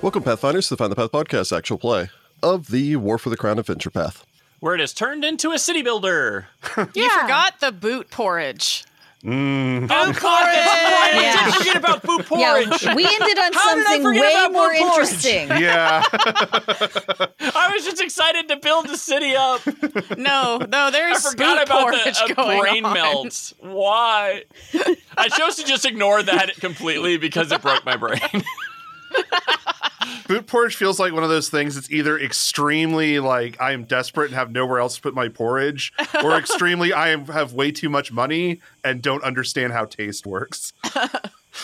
Welcome, Pathfinders, to the Find the Path podcast, actual play of the War for the Crown Adventure Path. where it is turned into a city builder. You forgot the boot porridge. Oh, God, that's right. I Yeah. did forget about boot porridge. Yeah, we ended on How did I something forget way about more Blue Porridge? interesting. Yeah. I was just excited to build the city up. No, no, I there's forgot boot about porridge the uh, going brain on. melts. Why? I chose to just ignore that completely because it broke my brain. Boot porridge feels like one of those things that's either extremely like I am desperate and have nowhere else to put my porridge, or extremely I am, have way too much money and don't understand how taste works.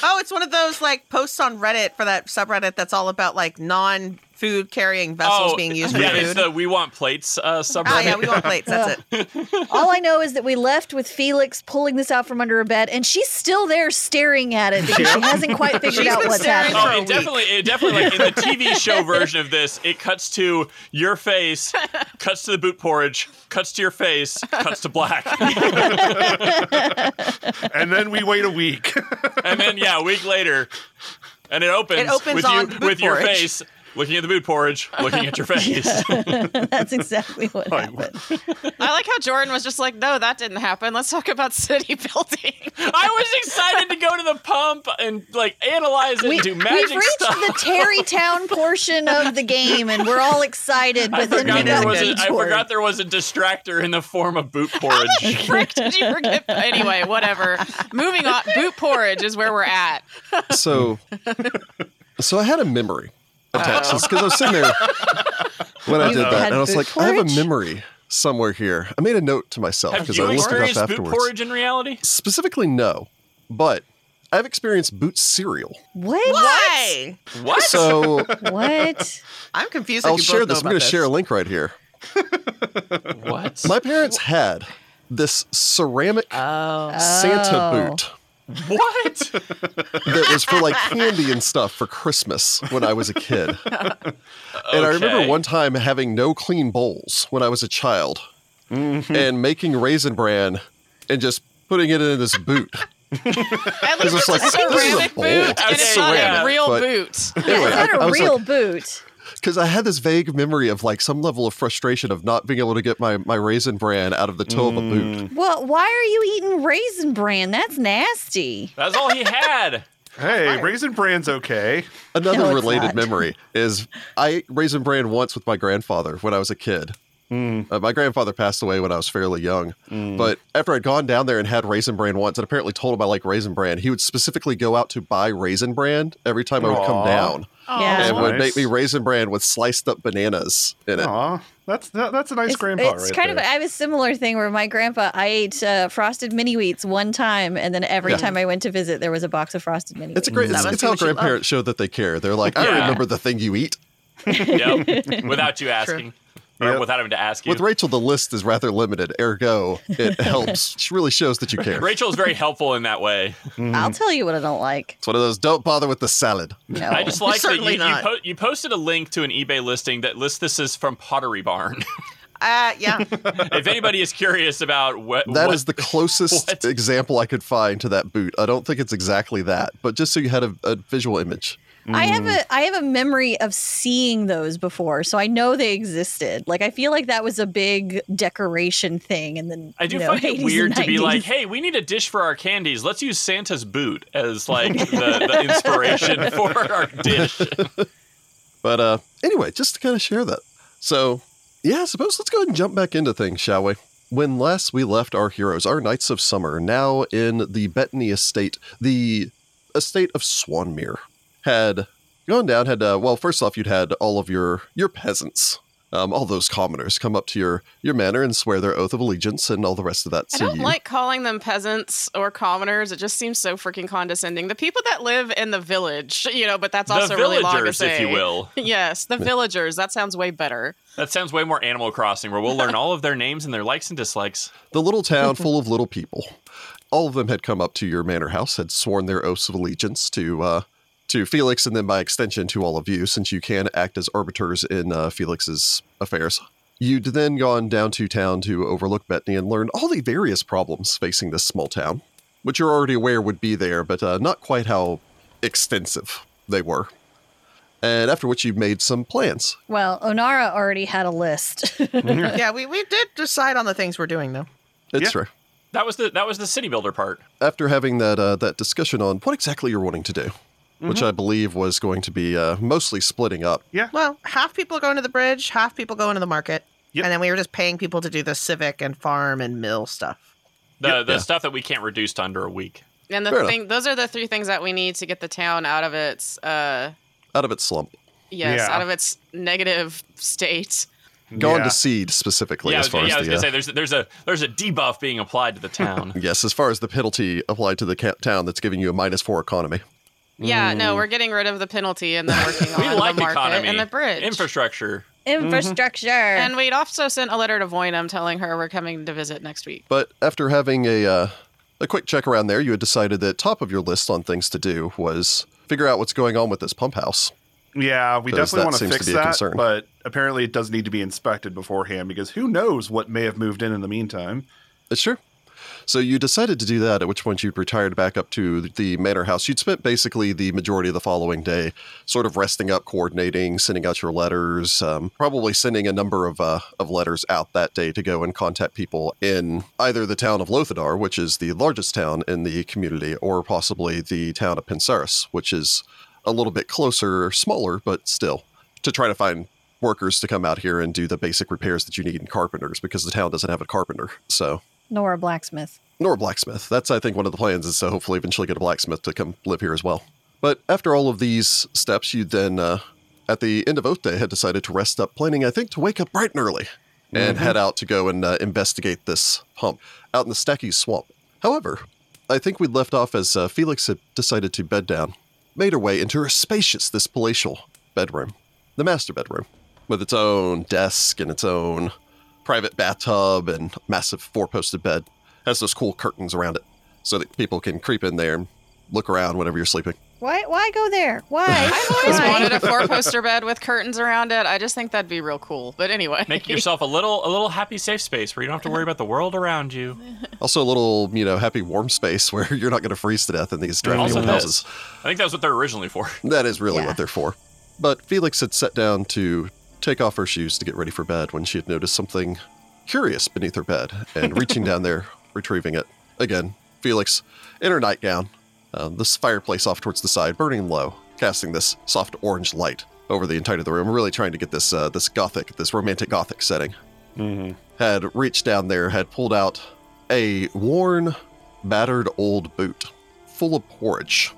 Oh, it's one of those like posts on Reddit for that subreddit that's all about like non food carrying vessels being used for Oh, yeah, it's food. the We Want Plates uh, subreddit. Ah, yeah, we want plates. That's it. All I know is that we left with Felix pulling this out from under her bed, and she's still there staring at it because she hasn't quite figured She's out been what's staring happening. for Oh, a it week. definitely, it definitely, like in the TV show version of this, it cuts to your face, cuts to the boot porridge, cuts to your face, cuts to black, And then we wait a week. and then yeah, a week later, and it opens, It opens with on you boot with your porridge. face looking at the boot porridge, looking at your face. That's exactly what happened. I like how Jordan was just like, no, that didn't happen. Let's talk about city building. I was excited to go to the pump and like analyze it We, and have do reached magic stuff. the Terrytown portion of the game, and we're all excited. But I then we forgot, there got was a, I detoured. forgot there was a distractor in the form of boot Oh, porridge. Frick, did you forget? Anyway, whatever. Moving on. Boot porridge is where we're at. So, so I had a memory attached because I was sitting there when I You did that, had and I was like, boot I have a porridge? memory somewhere here. I made a note to myself Have because I you looked it up experienced boot afterwards. porridge in reality? Specifically, no, but I've experienced boot cereal. What? Why? What? So What? I'm confused. I'll that you share both know this. I'm about going to share a link right here. what? My parents had this ceramic Santa boot. what? that was for like candy and stuff for Christmas when I was a kid. And I remember Okay. one time having no clean bowls when I was a child and making raisin bran and just putting it in this boot. At least it's it's, like, a I think this is a ceramic bowl. boot, and That's it's not ceramic, a real but- boot. Anyway, Is that I- a I was like- real boot? because I had this vague memory of like some level of frustration of not being able to get my, my raisin bran out of the toe of a boot. Well, why are you eating raisin bran? That's nasty. That's all he had. hey, Raisin Bran's okay. Another No, it's related not. memory is I ate raisin bran once with my grandfather when I was a kid. Uh, my grandfather passed away when I was fairly young, but after I'd gone down there and had raisin bran once, and apparently told him I like raisin bran, he would specifically go out to buy raisin bran every time I would come Aw. down, Yeah. and would Nice. make me raisin bran with sliced up bananas in it. Aw, that's that, that's a nice It's, grandpa it's right kind there. of. I have a similar thing where my grandpa. I ate uh, frosted mini wheats one time, and then every Yeah. time I went to visit, there was a box of frosted mini. It's a Wheats. great. It's, must it's be how what you love. grandparents show that they care. They're like, I Yeah. remember the thing you eat. Yep. Without you asking. Or Yep. without having to ask you. With Rachel, the list is rather limited. Ergo, it helps. She really shows that you care. Rachel is very helpful in that way. I'll tell you what I don't like. It's one of those. Don't bother with the salad. No. I just like that you, Certainly you, not. po- you posted a link to an eBay listing that lists this is from Pottery Barn. Uh, yeah. if anybody is curious about what That is what- the closest What? example I could find to that boot. I don't think it's exactly that, but just so you had a, a visual image. I have Mm. a I have a memory of seeing those before, so I know they existed. Like I feel like that was a big decoration thing, and then I do you know, find it 80s and weird to be like, 90s. hey, we need a dish for our candies. Let's use Santa's boot as like the, the inspiration for our dish. But uh, anyway, just to kind of share that. So, yeah, I suppose let's go ahead and jump back into things, shall we? When last we left our heroes, our Knights of Summer, now in the Bettany estate, the estate of Swanmere, had gone down, had, uh, well, first off, you'd had all of your, your peasants Um, all those commoners come up to your your manor and swear their oath of allegiance and all the rest of that. I to don't you. like calling them peasants or commoners. It just seems so freaking condescending. The people that live in the village, you know, but that's The also really long to villagers, say. if you will. Yes, the villagers. That sounds way better. That sounds way more Animal Crossing, where we'll learn all of their names and their likes and dislikes. The little town full of little people. All of them had come up to your manor house, had sworn their oaths of allegiance to uh, to Felix, and then by extension to all of you, since you can act as arbiters in uh, Felix's affairs. You'd then gone down to town to overlook Bettany and learn all the various problems facing this small town, which you're already aware would be there, but uh, not quite how extensive they were. And after which you made some plans. Well, Onara already had a list. Mm-hmm. Mm. yeah, we, we did decide on the things we're doing though. It's Yeah. true. That was the that was the city builder part. after having that uh, that discussion on what exactly you're wanting to do, which Mm-hmm. I believe was going to be uh, mostly splitting up. Well, half people go into the bridge, half people go into the market. Yep. And then we were just paying people to do the civic and farm and mill stuff. The the Yeah. stuff that we can't reduce to under a week. And the Fair enough. thing, those are the three things that we need to get the town out of its, uh, Out of its slump, yes, Yeah. out of its negative state. gone Yeah. to seed specifically yeah, I as was, far yeah, I as was the gonna uh, say there's there's a there's a debuff being applied to the town. yes, as far as the penalty applied to the ca- town that's giving you a minus four economy. Yeah, no, we're getting rid of the penalty and then working Mm. we on like the market economy and the bridge. infrastructure. Infrastructure. and we'd also sent a letter to Voynum telling her we're coming to visit next week. But after having a uh, a quick check around there, you had decided that top of your list on things to do was figure out what's going on with this pump house. Yeah, we Does that definitely want to seems to fix be a that, concern. but apparently it does need to be inspected beforehand because who knows what may have moved in in the meantime. It's true. So you decided to do that, at which point you'd retired back up to the manor house. You'd spent basically the majority of the following day sort of resting up, coordinating, sending out your letters, um, probably sending a number of, uh, of letters out that day to go and contact people in either the town of Lothadar, which is the largest town in the community, or possibly the town of Pensaris, which is a little bit closer, smaller, but still, to try to find workers to come out here and do the basic repairs that you need in carpenters because the town doesn't have a carpenter. So Nora Blacksmith. nor a blacksmith. That's I think one of the plans is to hopefully eventually get a blacksmith to come live here as well. But after all of these steps, you then uh, at the end of Oath Day had decided to rest up, planning I think to wake up bright and early and head out to go and uh, investigate this hump out in the Stacky Swamp. However, I think we'd left off as uh, Felix had decided to bed down, made her way into her spacious this palatial bedroom, the master bedroom, with its own desk and its own private bathtub and massive four-posted bed has those cool curtains around it so that people can creep in there and look around whenever you're sleeping. Why? Why go there? Why? I've always wanted a four poster bed with curtains around it. I just think that'd be real cool. But anyway, Make yourself a little a little happy safe space where you don't have to worry about the world around you. Also, a little, you know, happy warm space where you're not going to freeze to death in these drafty Also old this. houses. I think that was what they're originally for. That is really Yeah. what they're for. But Felix had sat down to take off her shoes to get ready for bed when she had noticed something curious beneath her bed and reaching down there, retrieving it. Again, Felix in her nightgown, uh, this fireplace off towards the side, burning low, casting this soft orange light over the entirety of the room, really trying to get this uh, this gothic, this romantic gothic setting. Had reached down there, had pulled out a worn, battered old boot full of porridge.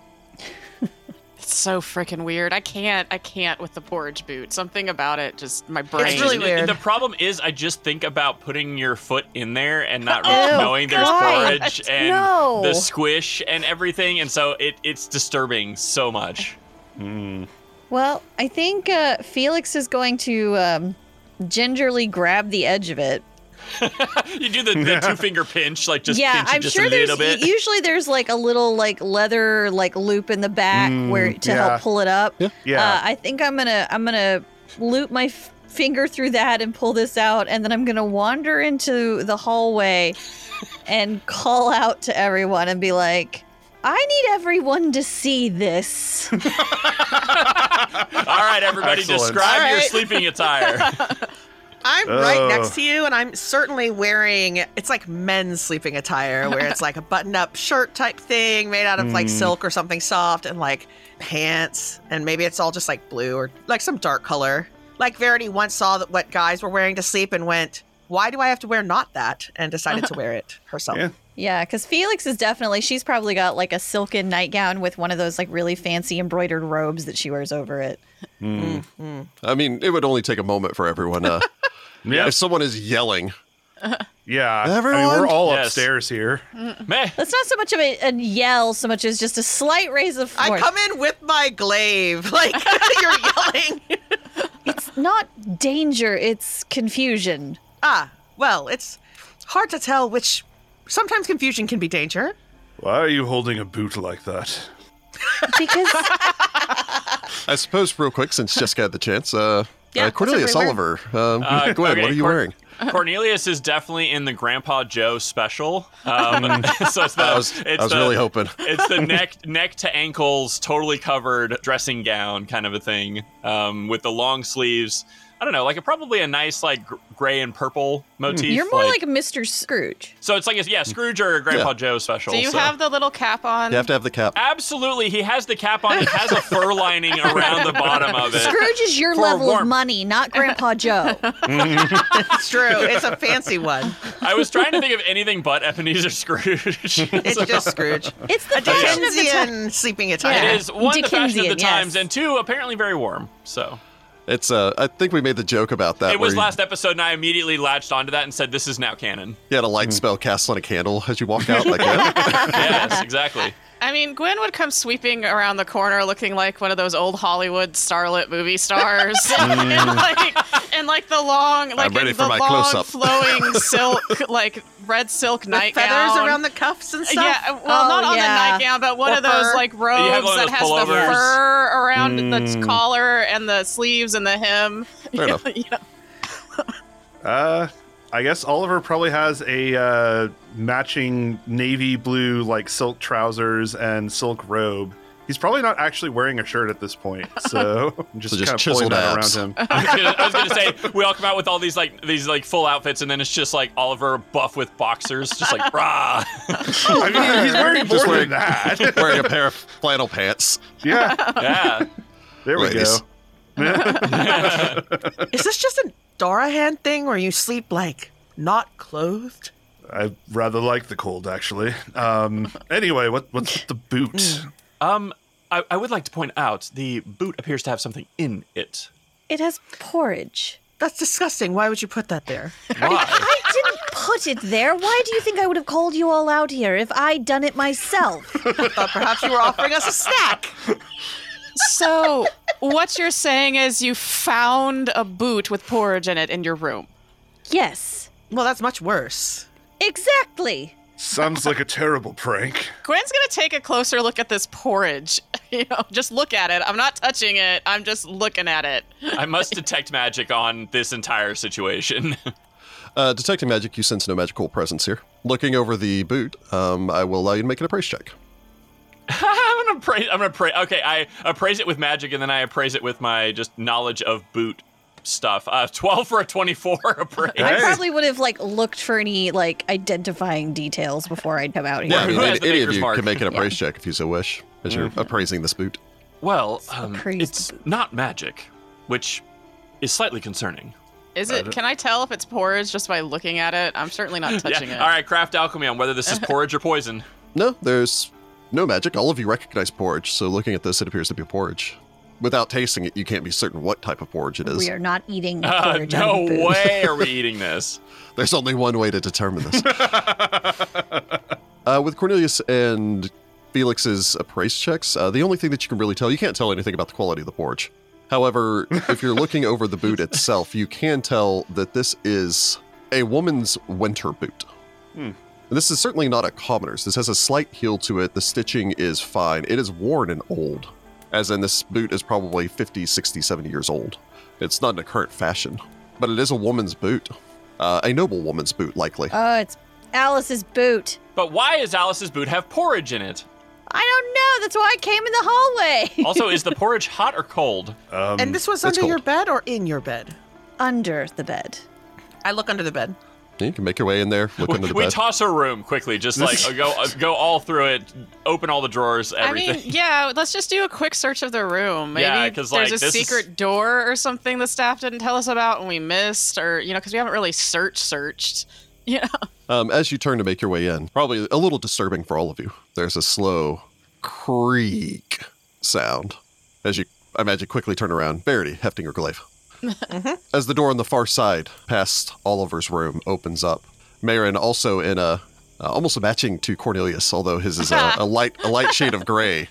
it's so freaking weird. I can't. I can't with the porridge boot. Something about it just my brain. It's really And weird. The problem is, I just think about putting your foot in there and not really Ew, knowing there's God, porridge and no. the squish and everything, and so it it's disturbing so much. Well, I think uh, Felix is going to um, gingerly grab the edge of it. You do the, the two finger pinch, like just yeah, pinch it I'm just sure a little there's bit. usually there's like a little like leather like loop in the back Mm, where to yeah. help pull it up. Yeah, Uh, Yeah. I think I'm gonna I'm gonna loop my f- finger through that and pull this out, and then I'm gonna wander into the hallway and call out to everyone and be like. I need everyone to see this. All right, everybody, Excellent. describe All your right. sleeping attire. I'm right Oh. next to you, and I'm certainly wearing it's like men's sleeping attire, where it's like a button up shirt type thing made out of like Hmm. silk or something soft, and like pants, and maybe it's all just like blue or like some dark color. Like Verity once saw that what guys were wearing to sleep and went, why do I have to wear not that? And decided to wear it herself. Yeah. Yeah, because Felix is definitely, she's probably got like a silken nightgown with one of those like really fancy embroidered robes that she wears over it. I mean, it would only take a moment for everyone. Uh, Yeah. If someone is yelling, Yeah. I mean, Everyone? we're all Yes. upstairs here. Meh. That's not so much of a, a yell, so much as just a slight raise of voice. I come in with my glaive, like you're yelling. It's not danger, it's confusion. Ah, well, it's hard to tell which. Sometimes confusion can be danger. Why are you holding a boot like that? Because I suppose, real quick, since Jessica had the chance, uh, Yeah, uh, that's Cornelius what we're Oliver, um, Uh, go ahead. okay, what are you Cor- wearing? Cornelius is definitely in the Grandpa Joe special. Um, so it's the, Mm. I was, it's uh, I was the- really hoping. It's the neck neck to ankles, totally covered dressing gown kind of a thing, um, with the long sleeves. I don't know, like a, probably a nice like gr- gray and purple Mm. motif. you're more like Mr. Scrooge. so it's like a, yeah, Scrooge or a Grandpa Yeah. Joe special. Do you so. have the little cap on? You have to have the cap. Absolutely, he has the cap on. It has a fur lining around the bottom of it. Scrooge is your For level of warmth. money, not Grandpa Joe. It's true. It's a fancy one. I was trying to think of anything but Ebenezer Scrooge. It's just Scrooge. It's the fashion of the time. Dickensian sleeping It attire. is one, the fashion of the Dickensian, times, yes. and two, apparently very warm. So It's. Uh, I think we made the joke about that. it was where you- last episode, and I immediately latched onto that and said, "This is now canon." You had a light spell cast on a candle as you walk out like that. yes, exactly. I mean, Gwen would come sweeping around the corner looking like one of those old Hollywood starlet movie stars. and, like, and like the long, like Mm. ready in for the my long close-up. flowing silk, like red silk With nightgown. feathers around the cuffs and stuff. Yeah, uh, well, Oh, not on yeah. the nightgown, but one Or of those fur. like you have robes one that of has those the pullovers. Hmm. fur around the collar and the sleeves and the hem. Fair enough. You know, Uh, I guess Oliver probably has a uh, matching navy blue like silk trousers and silk robe. He's probably not actually wearing a shirt at this point, so I'm just, So just kind of pulling chiseled that abs. around him. I was, gonna, I was gonna say we all come out with all these like these like full outfits, and then it's just like Oliver buff with boxers, just like rah. I mean, he's wearing more Just than wearing- that. Wearing a pair of flannel pants. yeah, Yeah, there we Ladies. go. Is this just a Dorahan thing where you sleep like not clothed? I rather like the cold, actually. Um, anyway, what what's with the boot? Um, I, I would like to point out the boot appears to have something in it. It has porridge. That's disgusting. Why would you put that there? Why? I didn't put it there. Why do you think I would have called you all out here if I'd done it myself? I thought perhaps you were offering us a snack. So, what you're saying is you found a boot with porridge in it in your room. Yes, Well, that's much worse. exactly. Sounds like a terrible prank. Gwen's gonna take a closer look at this porridge. You know, just look at it. I'm not touching it. I'm just looking at it. I must detect magic on this entire situation. Uh, detecting magic, you sense no magical presence here. Looking over the boot, um, I will allow you to make an appraise check. I'm gonna appraise. I'm gonna appraise. Okay, I appraise it with magic, and then I appraise it with my just knowledge of boot stuff. Uh, twelve for a twenty-four appraise. I Hey. probably would have like looked for any like identifying details before I'd come out here. Yeah, I Who mean, has any, the any of baker's you mark? Mm-hmm. can make an appraise check if you so wish, as you're appraising this boot. Well, um, appraise it's the boot. not magic, which is slightly concerning. Is it? Can I tell if it's porridge just by looking at it? I'm certainly not touching yeah. it. All right, craft alchemy on whether this is porridge or poison. No, there's no magic. All of you recognize porridge, so looking at this, it appears to be porridge. Without tasting it, you can't be certain what type of porridge it is. We are not eating Uh, porridge. no on the booth. way are we eating this. There's only one way to determine this. uh, with Cornelius and Felix's appraise checks, uh, the only thing that you can really tell, you can't tell anything about the quality of the porridge. However, if you're looking over the boot itself, you can tell that this is a woman's winter boot. And This is certainly not a commoner's. This has a slight heel to it. The stitching is fine. It is worn and old, as in this boot is probably 50, 60, 70 years old. It's not in a current fashion, but it is a woman's boot. Uh, a noble woman's boot, likely. Uh, Oh, it's Alice's boot. But why does Alice's boot have porridge in it? I don't know. That's why I came in the hallway. Also, is the porridge hot or cold? Um, and this was that's under your cold. bed or in your bed? Under the bed. I look under the bed. You can make your way in there, look We, under the we bed. toss her room quickly, just like uh, go uh, go all through it, open all the drawers, everything. I mean, yeah, let's just do a quick search of the room. Maybe Yeah, 'cause, there's like, a this is- secret door or something the staff didn't tell us about and we missed, or, you know, because we haven't really search searched. You know? Um, as you turn to make your way in, probably a little disturbing for all of you. There's a slow creak sound as you, I imagine, quickly turn around. Verity, hefting your glaive. As the door on the far side, past Oliver's room, opens up, Marin also in a uh, almost matching to Cornelius, although his is a, a light a light shade of gray.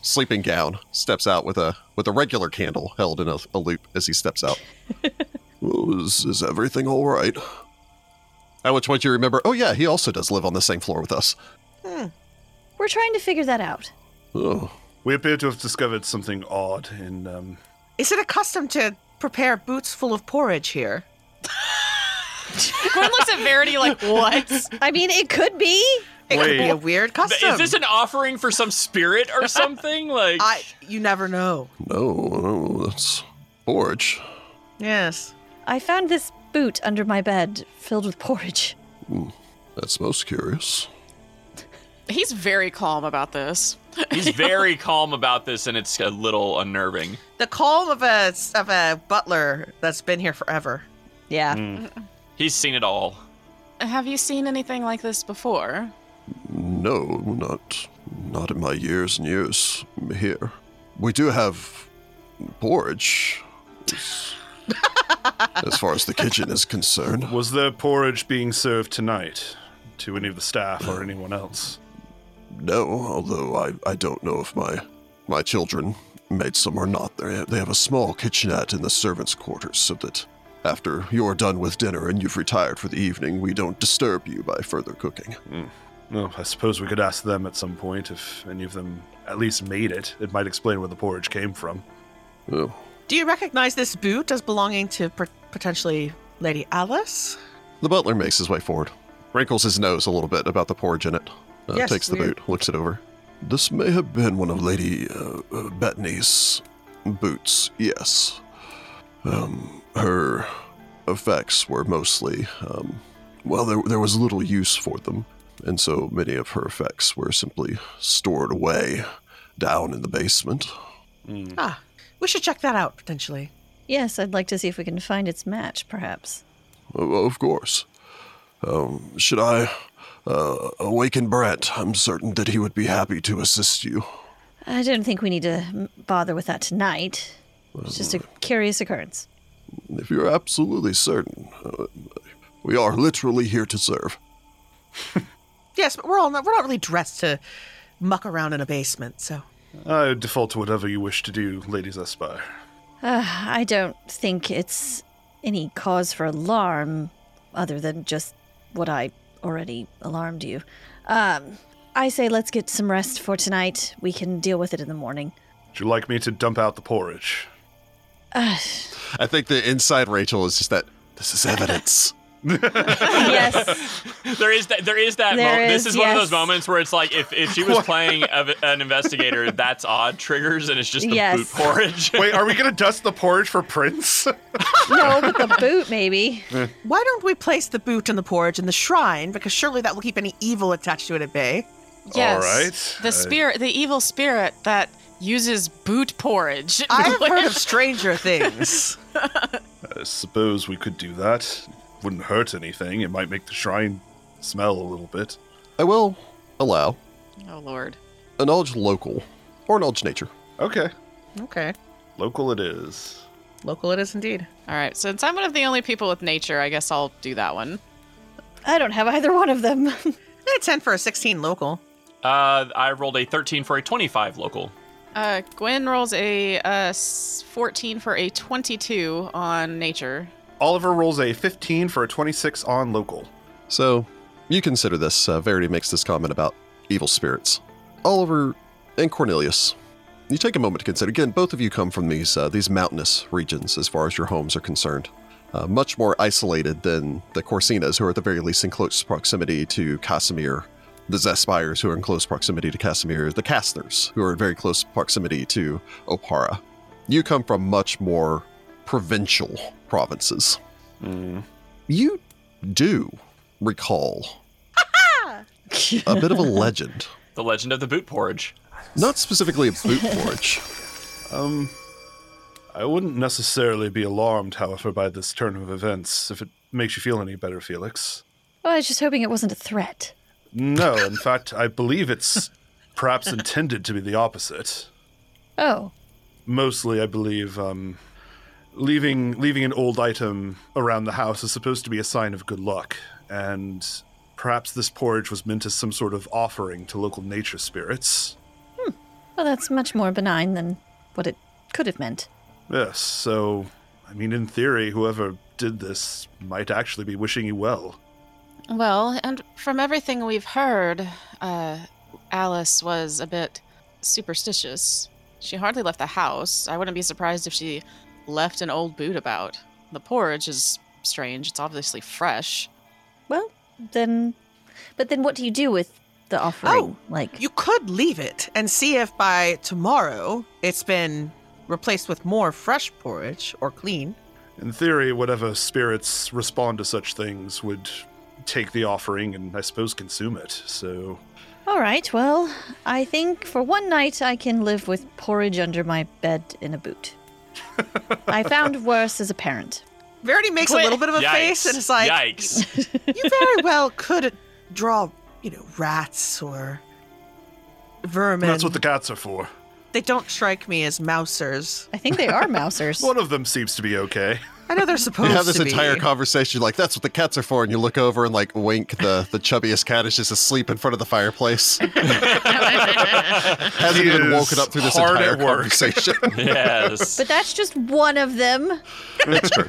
Sleeping gown steps out with a with a regular candle held in a, a loop as he steps out. "Well, is, is everything all right? At which point you remember, oh yeah, he also does live on the same floor with us. We're trying to figure that out. Oh, We appear to have discovered something odd in um, Is it accustomed to prepare boots full of porridge here? Gwen looks at Verity like, what? I mean, it could be. It could be Wait. a weird custom. Is this an offering for some spirit or something? Like, I, you never know. no, no, that's Forge. Yes. I found this boot under my bed filled with porridge. That's most curious. He's very calm about this. he's very calm about this, and it's a little unnerving. The calm of a of a butler that's been here forever. Yeah. He's seen it all. Have you seen anything like this before? No, not not in my years and years here. We do have Forge. as- as far as the kitchen is concerned. Was there porridge being served tonight to any of the staff or anyone else? No, although I, I don't know if my my children made some or not. They they have a small kitchenette in the servants' quarters, so that after you're done with dinner and you've retired for the evening, we don't disturb you by further cooking. Well, I suppose we could ask them at some point if any of them at least made it. It might explain where the porridge came from. Oh, Do you recognize this boot as belonging to per- potentially Lady Alice? The butler makes his way forward, wrinkles his nose a little bit about the porridge in it, uh, Yes, takes the weird. boot, looks it over. This may have been one of Lady uh, uh, Bettany's boots, yes. Um, her effects were mostly, um, well, there, there was little use for them, and so many of her effects were simply stored away down in the basement. Ah, we should check that out potentially. Yes, I'd like to see if we can find its match, perhaps. Oh, of course. Um, should I uh, awaken Brent? I'm certain that he would be happy to assist you. I don't think we need to m- bother with that tonight. It's just a curious occurrence. If you're absolutely certain, uh, we are literally here to serve. Yes, but we're all not, we're not really dressed to muck around in a basement. So I would default to whatever you wish to do, ladies Aspire. Uh, I don't think it's any cause for alarm other than just what I already alarmed you. Um, I say let's get some rest for tonight. We can deal with it in the morning. Would you like me to dump out the porridge? Uh, I think the inside Rachel is just that this is evidence. yes. There is that. There is that. There moment. this is, is one of yes. those moments where it's like, if, if she was playing a, an investigator, that's odd triggers, and it's just the Yes. boot porridge. Wait, are we gonna dust the porridge for Prince? No, but the boot maybe. why don't we place the boot and the porridge in the shrine? Because surely that will keep any evil attached to it at bay. Yes. right. I- The spirit, the evil spirit that uses boot porridge. I've heard of stranger things. I suppose we could do that. Wouldn't hurt anything. It might make the shrine smell a little bit. I will allow oh, Lord. a knowledge local or knowledge nature. Okay. okay, Local it is. local it is indeed. All right, since I'm one of the only people with nature, I guess I'll do that one. I don't have either one of them. I got a ten for a sixteen local. Uh, I rolled a 13 for a 25 local. Uh, Gwen rolls a uh, s- 14 for a 22 on nature. Oliver rolls a 15 for a 26 on local. So you consider this. Uh, Verity makes this comment about evil spirits. Oliver and Cornelius, you take a moment to consider. Again, both of you come from these uh, these mountainous regions as far as your homes are concerned. Uh, much more isolated than the Corsinas, who are at the very least in close proximity to Casimir, the Zespires, who are in close proximity to Casimir, the Castners, who are in very close proximity to Opara. You come from much more provincial provinces you do recall a bit of a legend. The Legend of the Boot Porridge. Not specifically a boot forge. I wouldn't necessarily be alarmed, however, by this turn of events if it makes you feel any better, Felix. Oh, I was just hoping it wasn't a threat. No, in fact, I believe it's perhaps intended to be the opposite. Oh, Mostly, I believe, um, leaving leaving an old item around the house is supposed to be a sign of good luck, and perhaps this porridge was meant as some sort of offering to local nature spirits. well, that's much more benign than what it could have meant. Yes, so, I mean, in theory, whoever did this might actually be wishing you well. Well, and from everything we've heard, uh, Alice was a bit superstitious. She hardly left the house. I wouldn't be surprised if she left an old boot about. The porridge is strange. It's obviously fresh. Well, then, but then what do you do with the offering? like, You could leave it and see if by tomorrow it's been replaced with more fresh porridge or clean. In theory, whatever spirits respond to such things would take the offering and, I suppose, consume it. So, all right, well, I think for one night I can live with porridge under my bed in a boot. I found worse as a parent. Verity makes a little bit of a face and it's like, Yikes. you very well could draw, you know, rats or vermin. that's what the cats are for. they don't strike me as mousers. I think they are mousers. One of them seems to be okay. I know they're You supposed have this to be. entire conversation like that's what the cats are for, and you look over and like wink the the chubbiest cat is just asleep in front of the fireplace. Hasn't He even is woken up through this hard entire at work. conversation. yes. But that's just one of them. That's true.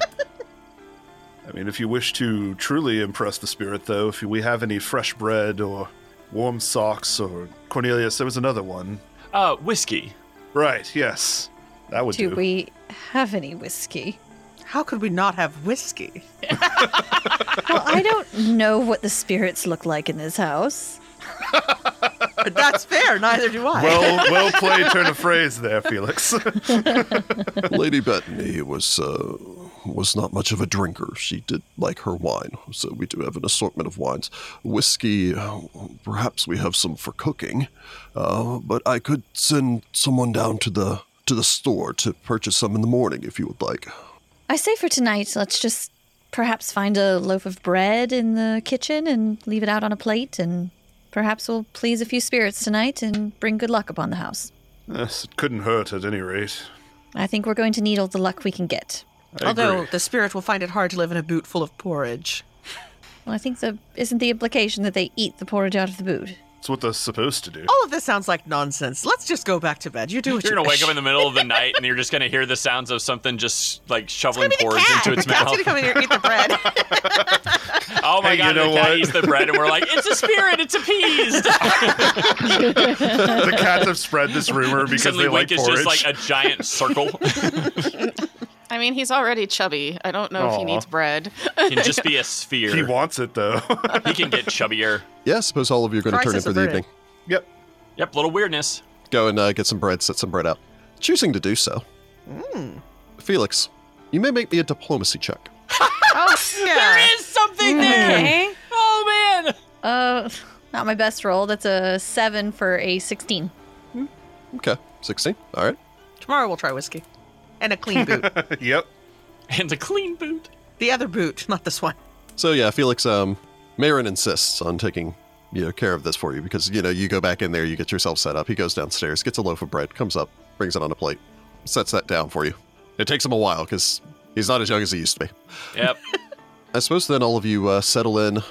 I mean, if you wish to truly impress the spirit, though, if we have any fresh bread or warm socks or Cornelius, there was another one. uh, whiskey. Right, yes. That would Do do. we have any whiskey? How could we not have whiskey? Well, I don't know what the spirits look like in this house. But that's fair. Neither do I. well, well played turn of phrase there, Felix. Lady Bettany was uh, was not much of a drinker. She did like her wine, so we do have an assortment of wines. Whiskey, uh, perhaps we have some for cooking, uh, but I could send someone down to the to the store to purchase some in the morning if you would like. I say for tonight, let's just perhaps find a loaf of bread in the kitchen and leave it out on a plate, and perhaps we'll please a few spirits tonight and bring good luck upon the house. yes, it couldn't hurt at any rate. I think we're going to need all the luck we can get. I Although agree. the spirit will find it hard to live in a boot full of porridge. Well, I think the isn't the implication that they eat the porridge out of the boot. It's what they're supposed to do. Oh. All of this sounds like nonsense. Let's just go back to bed. You do what You're you gonna wish. wake up in the middle of the night and you're just gonna hear the sounds of something just like shoveling Maybe the porridge cat. into its the cat's mouth. gonna come in here and eat the bread. Oh my Hey, god, you know the cat what? eats the bread and we're like, it's a spirit, it's appeased. the cats have spread this rumor because Suddenly they like Wink is porridge. just like a giant circle. I mean, he's already chubby. I don't know if Aw. he needs bread. can just be a sphere. He He, wants it though. can get chubbier. Yeah, I suppose all of you are going to turn in Crisis for the averted. evening. yep. Yep, little weirdness. Go and uh, get some bread, set some bread out. Choosing to do so, Felix, you may make me a diplomacy check. yeah. There is something there! Okay. Oh man! Uh, not my best roll. That's a seven for a sixteen. Okay, sixteen. All right. Tomorrow we'll try whiskey. And a clean boot. Yep. And a clean boot. the other boot, not this one. So yeah, Felix, um, Marin insists on taking you know care of this for you because you know you go back in there, you get yourself set up. He goes downstairs, gets a loaf of bread, comes up, brings it on a plate, sets that down for you. It takes him a while because he's not as young as he used to be. Yep. I suppose then all of you uh, settle in,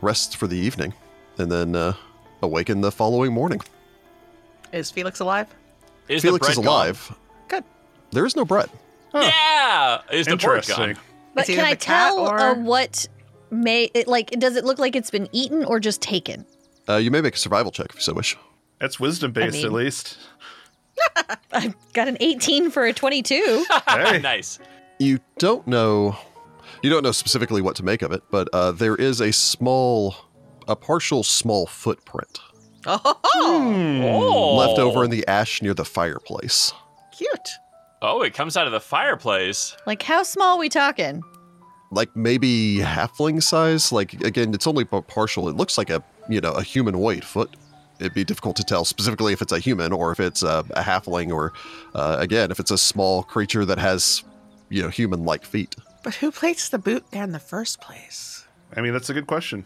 rest for the evening, and then uh, awaken the following morning. Is Felix alive? Is the Felix bread is gone? alive. Good. There is no bread. Yeah! Is the bread Interesting. gone? But It's either can I the cat tell or- uh, what may it like? Does it look like it's been eaten or just taken? Uh, you may make a survival check if you so wish. That's wisdom based mean- at least. I got an eighteen for a twenty-two. Hey. Nice. You don't know, you don't know specifically what to make of it, but uh, there is a small, a partial small footprint Oh, Oh. left over Hmm, in the ash near the fireplace. cute. Oh, it comes out of the fireplace. like how small we talking? like maybe halfling size. Like again, it's only p- partial. It looks like a you know a human weight foot. It'd be difficult to tell specifically if it's a human or if it's a, a halfling or uh, again if it's a small creature that has you know human like feet. But who placed the boot there in the first place? I mean, that's a good question.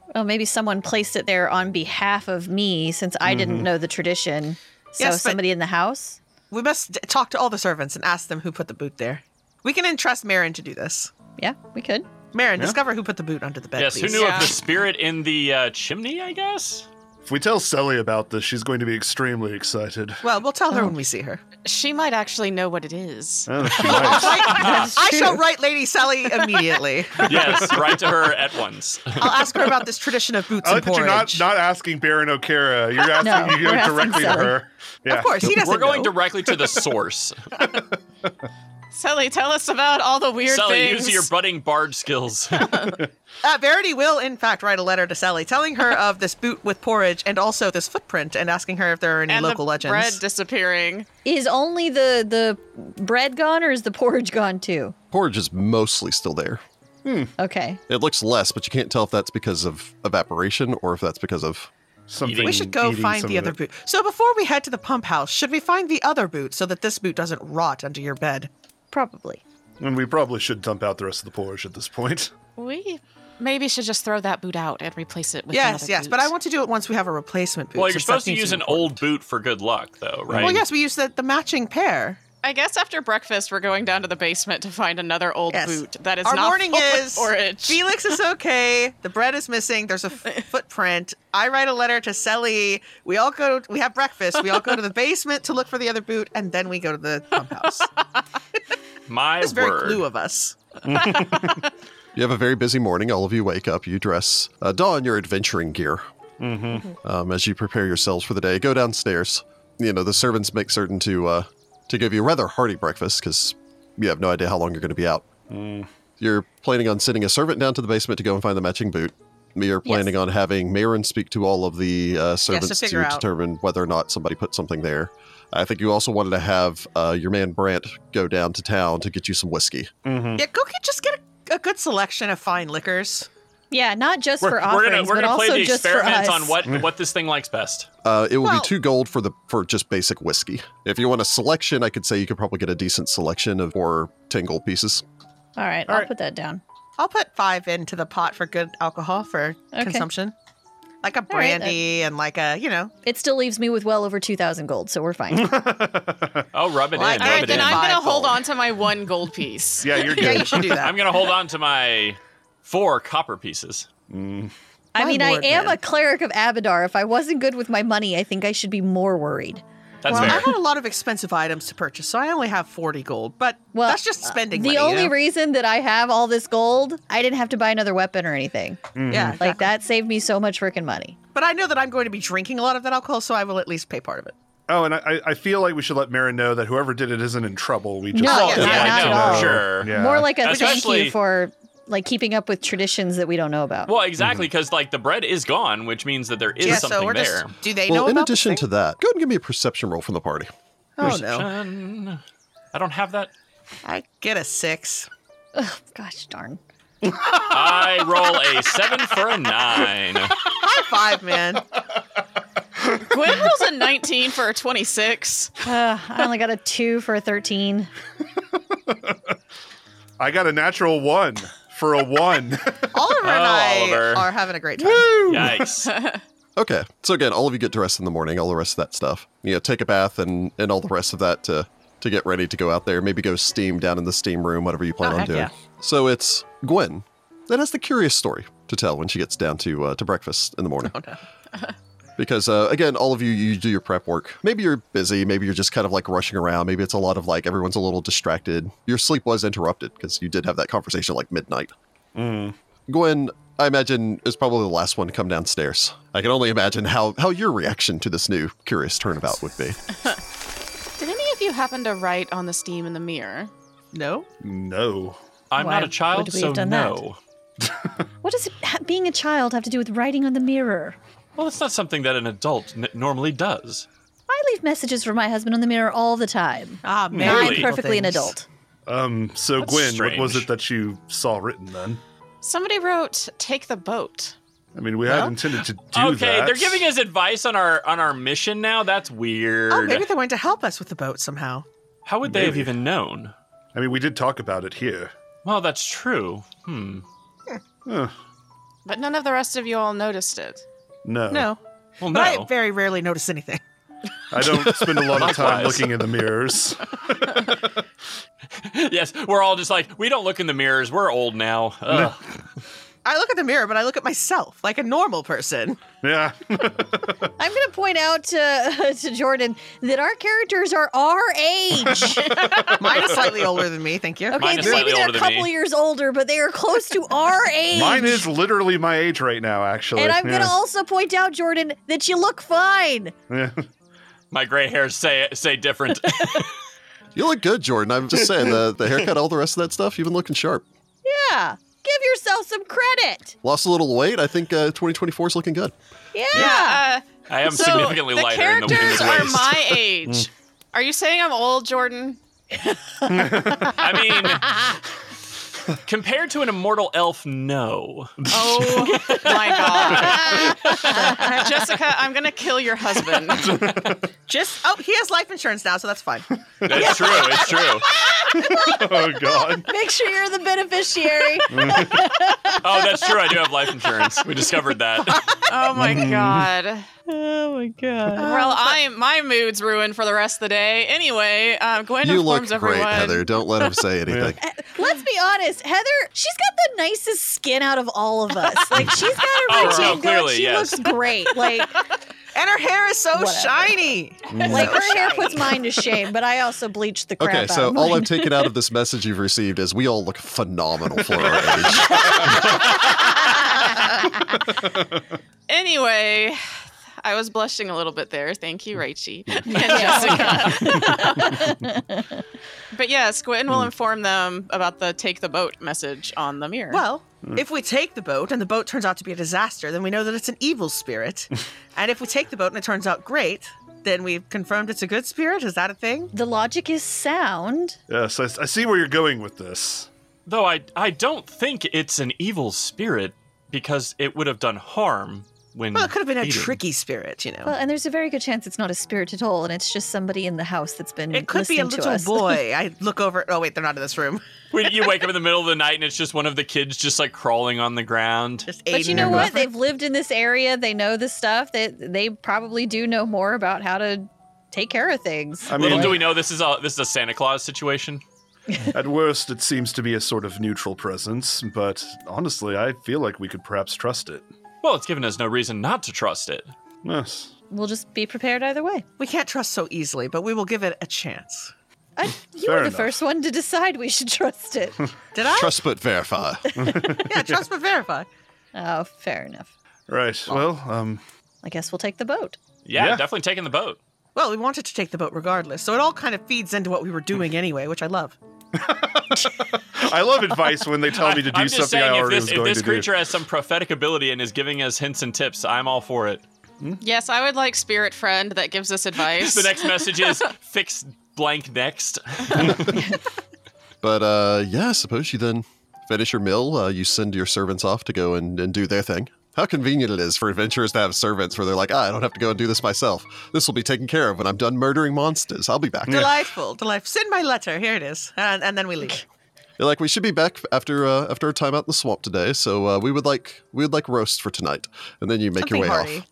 Well, Oh, maybe someone placed it there on behalf of me since I didn't know the tradition. So Mm-hmm. Yes, but- somebody in the house? We must d- talk to all the servants and ask them who put the boot there. We can entrust Marin to do this. Yeah, we could. Marin, discover who put the boot under the bed, yes, please. who knew Yeah. of the spirit in the uh, chimney? I guess. If we tell Sully about this, she's going to be extremely excited. Well, we'll Oh. tell her when we see her. She might actually know what it is. Oh, she might. I shall write Lady Sally immediately. Yes, write to her at once. I'll ask her about this tradition of boots I and like that porridge. you're not, not asking Baron O'Kara. You're asking No, you go we're asking directly to Sully. her. Yeah. Of course, he doesn't We're going know. directly to the source. Sally, tell us about all the weird Sally, things. use your budding bard skills. Uh, Verity will, in fact, write a letter to Sally telling her of this boot with porridge and also this footprint and asking her if there are any and local the legends. bread disappearing. Is only the the bread gone or is the porridge gone too? Porridge is mostly still there. Okay. It looks less, but you can't tell if that's because of evaporation or if that's because of Something we should go Mm, eating find some the of other it. boot. So before we head to the pump house, should we find the other boot so that this boot doesn't rot under your bed? Probably. And we probably should dump out the rest of the porridge at this point. We maybe should just throw that boot out and replace it with yes, another yes, boot. but I want to do it once we have a replacement boot. well, you're since supposed that to seems use an important. old boot for good luck, though, right? Well, yes, we use the, the matching pair. I guess after breakfast, we're going down to the basement to find another old Yes. boot that is Our not morning full of is orange. Felix is okay. The bread is missing. There's a f- footprint. I write a letter to Sally. We all go. We have breakfast. We all go to the basement to look for the other boot, and then we go to the pump house. My It's very word. clue of us. You have a very busy morning. All of you wake up. You dress, uh, don your adventuring gear um, as you prepare yourselves for the day. Go downstairs. You know the servants make certain to uh, to give you a rather hearty breakfast because you have no idea how long you're going to be out. You're planning on sending a servant down to the basement to go and find the matching boot. Me are planning on having Marin speak to all of the uh, servants figure out. determine whether or not somebody put something there. I think you also wanted to have uh, your man Brant go down to town to get you some whiskey. Hmm. Yeah, go get, just get a, a good selection of fine liquors. Yeah, not just We're, for we're offerings, gonna we're but gonna play also the just for us. experiment on what what this thing likes best. Uh, it will Well- be two gold for the for just basic whiskey. If you want a selection, I could say you could probably get a decent selection of or ten gold pieces. All right, I'll put that down. I'll put five into the pot for good alcohol for Okay. consumption, like a right, then. brandy and like a you know. It still leaves me with well over 2,000 gold, so we're fine. Oh, rub it Well, in. I- all Rub right, it then in. I'm I'm, going to Five hold gold. on to my one gold piece. Yeah, you're Yeah, good. you should do that. gonna hold on to my four copper pieces. I My mean, lord, I am man. a cleric of Abadar. If I wasn't good with my money, I think I should be more worried. That's well, fair. I had a lot of expensive items to purchase, so I only have forty gold. But Well, uh, that's just spending. The money, only you know? reason that I have all this gold, I didn't have to buy another weapon or anything. yeah, Like, that saved me so much freaking money. But I know that I'm going to be drinking a lot of that alcohol, so I will at least pay part of it. Oh, and I, I- I feel like we should let Marin know that whoever did it isn't in trouble. We just No, want yeah, to let not you at all. know. Sure. Yeah. More like a thank Especially- you for like keeping up with traditions that we don't know about. Well, exactly, because like the bread is gone, which means that there is yeah, something so we're there. just. Do they well, know in about addition this to that, go ahead and give me a perception roll from the party. thing? Oh no, Perception. I don't have that. I get a six. Ugh, gosh darn. I roll a seven for a nine. High five, man. Gwen rolls a 19 for a 26. Ugh, I only got a two for a 13. I got a natural one for a one. Oliver and Oh, I Oliver. are having a great time. Yikes. Okay, so again, all of you get dressed in the morning, all the rest of that stuff. You know, take a bath and and all the rest of that to to get ready to go out there. Maybe go steam down in the steam room, whatever you plan Oh, on heck doing. yeah. So it's Gwen that has the curious story to tell when she gets down to uh, to breakfast in the morning. because uh, again all of you you do your prep work maybe you're busy maybe you're just kind of like rushing around maybe it's a lot of like everyone's a little distracted your sleep was interrupted because you did have that conversation like midnight gwen i imagine is probably the last one to come downstairs i can only imagine how how your reaction to this new curious turnabout would be Did any of you happen to write on the steam in the mirror? No, No. I'm Why not a child, would we so have done that? no. What does it, ha- being a child have to do with writing on the mirror? Well, it's not something that an adult n- normally does. I leave messages for my husband on the mirror all the time. ah, I'm Really? perfectly an things. adult. Um, so That's Gwen, what was strange. it that you saw written then? Somebody wrote, "Take the boat." I mean, we Well, had intended to do okay, that. they're giving us advice on our on our mission now. That's weird. Oh, maybe they went to help us with the boat somehow. How would they have maybe. even known? I mean, we did talk about it here. Well, that's true. Hmm. Huh, But none of the rest of you all noticed it. Oh. no, No, Well, but no. I very rarely notice anything. I don't spend a lot of Likewise. time looking in the mirrors. yes, we're all just like we don't look in the mirrors. We're old now. Ugh. I look at the mirror, but I look at myself like a normal person. Yeah, I'm going to point out to, to Jordan that our characters are our age. Mine is slightly older than me. Thank you. Okay, Mine is maybe slightly they're older than a couple me. years older, but they are close to our age. mine is literally my age right now, actually. And I'm going to Yeah. also point out, Jordan, that you look fine. Yeah. My gray hairs say say different. You look good, Jordan. I'm just saying the the haircut, all the rest of that stuff. You've been looking sharp. Yeah. Give yourself some credit. Lost a little weight. I think uh, 2024 is looking good. Yeah. Yeah. uh, I am so significantly the lighter in the women's characters are waist. my Mm. age. are you saying I'm old, Jordan? I mean, compared to an immortal elf, no. Oh my god, Jessica! I'm gonna kill your husband. Just oh, he has life insurance now, so that's fine. It's true. It's true. Oh God. Make sure you're the beneficiary. Oh, that's true. I do have life insurance. We discovered that. Oh my Mm-hmm. god. Uh, oh my god. Well, I my mood's ruined for the rest of the day. Anyway, um, Gwen you look informs great, everyone. Heather. Don't let him say anything. Let's be honest, Heather, she's got the nicest skin out of all of us. Like she's got her Oh, routine no, going. clearly, she yes. looks great. Like And her hair is so Whatever. shiny. like her hair puts mine to shame, but I also bleached the crap Okay, out so of all mine. I've taken out of this message you've received is we all look phenomenal for our age. Anyway, I was blushing a little bit there. Thank you, Raichi and Yeah. Jessica. but yes, Gwen will inform them about the take the boat message on the mirror. Well, if we take the boat and the boat turns out to be a disaster, then we know that it's an evil spirit. and if we take the boat and it turns out great, then we've confirmed it's a good spirit. Is that a thing? the logic is sound. Yes, I, I see where you're going with this. Though I, I don't think it's an evil spirit because it would have done harm when. Well, it could have been a eating. tricky spirit, you know. Well, and there's a very good chance it's not a spirit at all, and it's just somebody in the house that's been it could be a listening to little us. boy. I look over. Oh wait, they're not in this room. When you wake up in the middle of the night and it's just one of the kids just like crawling on the ground. Just But you Aiden know and what? Ruffin. They've lived in this area. They know this stuff. They they probably do know more about how to take care of things. Uh, I Little mean, do we know this is a this is a Santa Claus situation. at worst, it seems to be a sort of neutral presence, but honestly, I feel like we could perhaps trust it. Well, it's given us no reason not to trust it. Yes. We'll just be prepared either way. We can't trust so easily, but we will give it a chance. I, you Fair were the enough. first one to decide we should trust it. Did I? Trust but verify. yeah, trust but verify. oh, fair enough. Right. Well, um, I guess we'll take the boat. Yeah, Yeah. definitely taking the boat. Well, we wanted to take the boat regardless, so it all kind of feeds into what we were doing anyway, which I love. I love advice when they tell me to do I'm just something saying, I if already this, was if going this to creature has some prophetic ability and is giving us hints and tips, I'm all for it. yes, I would like spirit friend that gives us advice. The next message is fix blank next. But uh, yeah, suppose you then finish your meal. Uh, you send your servants off to go and, and do their thing. How convenient it is for adventurers to have servants where they're like, ah, I don't have to go and do this myself. This will be taken care of when I'm done murdering monsters. I'll be back. Delightful, delightful. Send my letter. Here it is, and, and then we leave. They're like, we should be back after uh, after our time out in the swamp today. So uh, we would like we would like roast for tonight, and then you make Something your way hearty. off.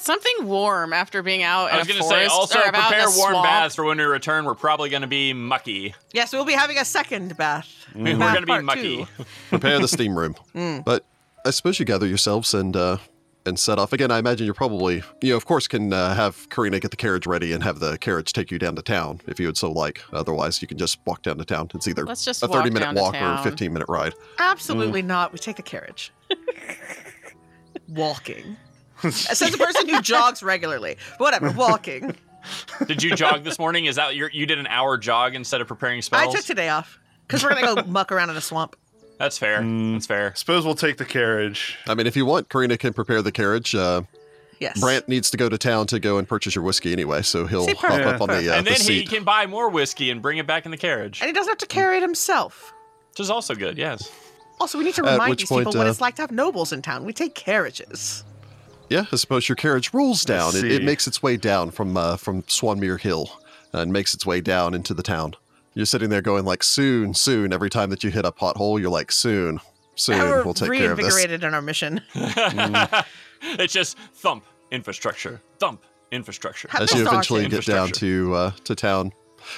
Something warm after being out. I was in going a to say forest also or about in prepare a warm swamp. baths for when we return. We're probably going to be mucky. Yes, we'll be having a second bath. We're going Bath to be part mucky. two. Prepare the steam room. Mm. But I suppose you gather yourselves and uh, and set off again. I imagine you're probably you of course can uh, have Karina get the carriage ready and have the carriage take you down to town if you would so like. Otherwise, you can just walk down to town. It's either Let's just a walk thirty minute down to walk or a town. fifteen minute ride. Mm. Absolutely not. We take the carriage. walking. Says a person who jogs regularly. Whatever, walking. Did you jog this morning? Is that your, you did an hour jog instead of preparing I spells? took today off because we're gonna go muck around in a swamp. That's Mm. fair. That's fair. Suppose we'll take the carriage. I mean, if you want, Karina can prepare the carriage. Uh, Yes. Brant needs to go to town to go and purchase your whiskey anyway, so he'll See, hop perfect, up on the, uh, and the then he seat. can buy more whiskey and bring it back in the carriage, And he doesn't have to carry it himself. which is also good. Yes. Also, we need to At remind which these point, people what uh, it's like to have nobles in town. We take carriages. Yeah, I suppose your carriage rolls down. It, it see. makes its way down from uh, from Swanmere Hill uh, and makes its way down into the town. You're sitting there going like, soon, soon. Every time that you hit a pothole, you're like, soon, soon, Now we're we'll take care of this. reinvigorated in our mission. Mm. it's just thump infrastructure, thump infrastructure. How- As you That's eventually awesome. get down to uh, to town,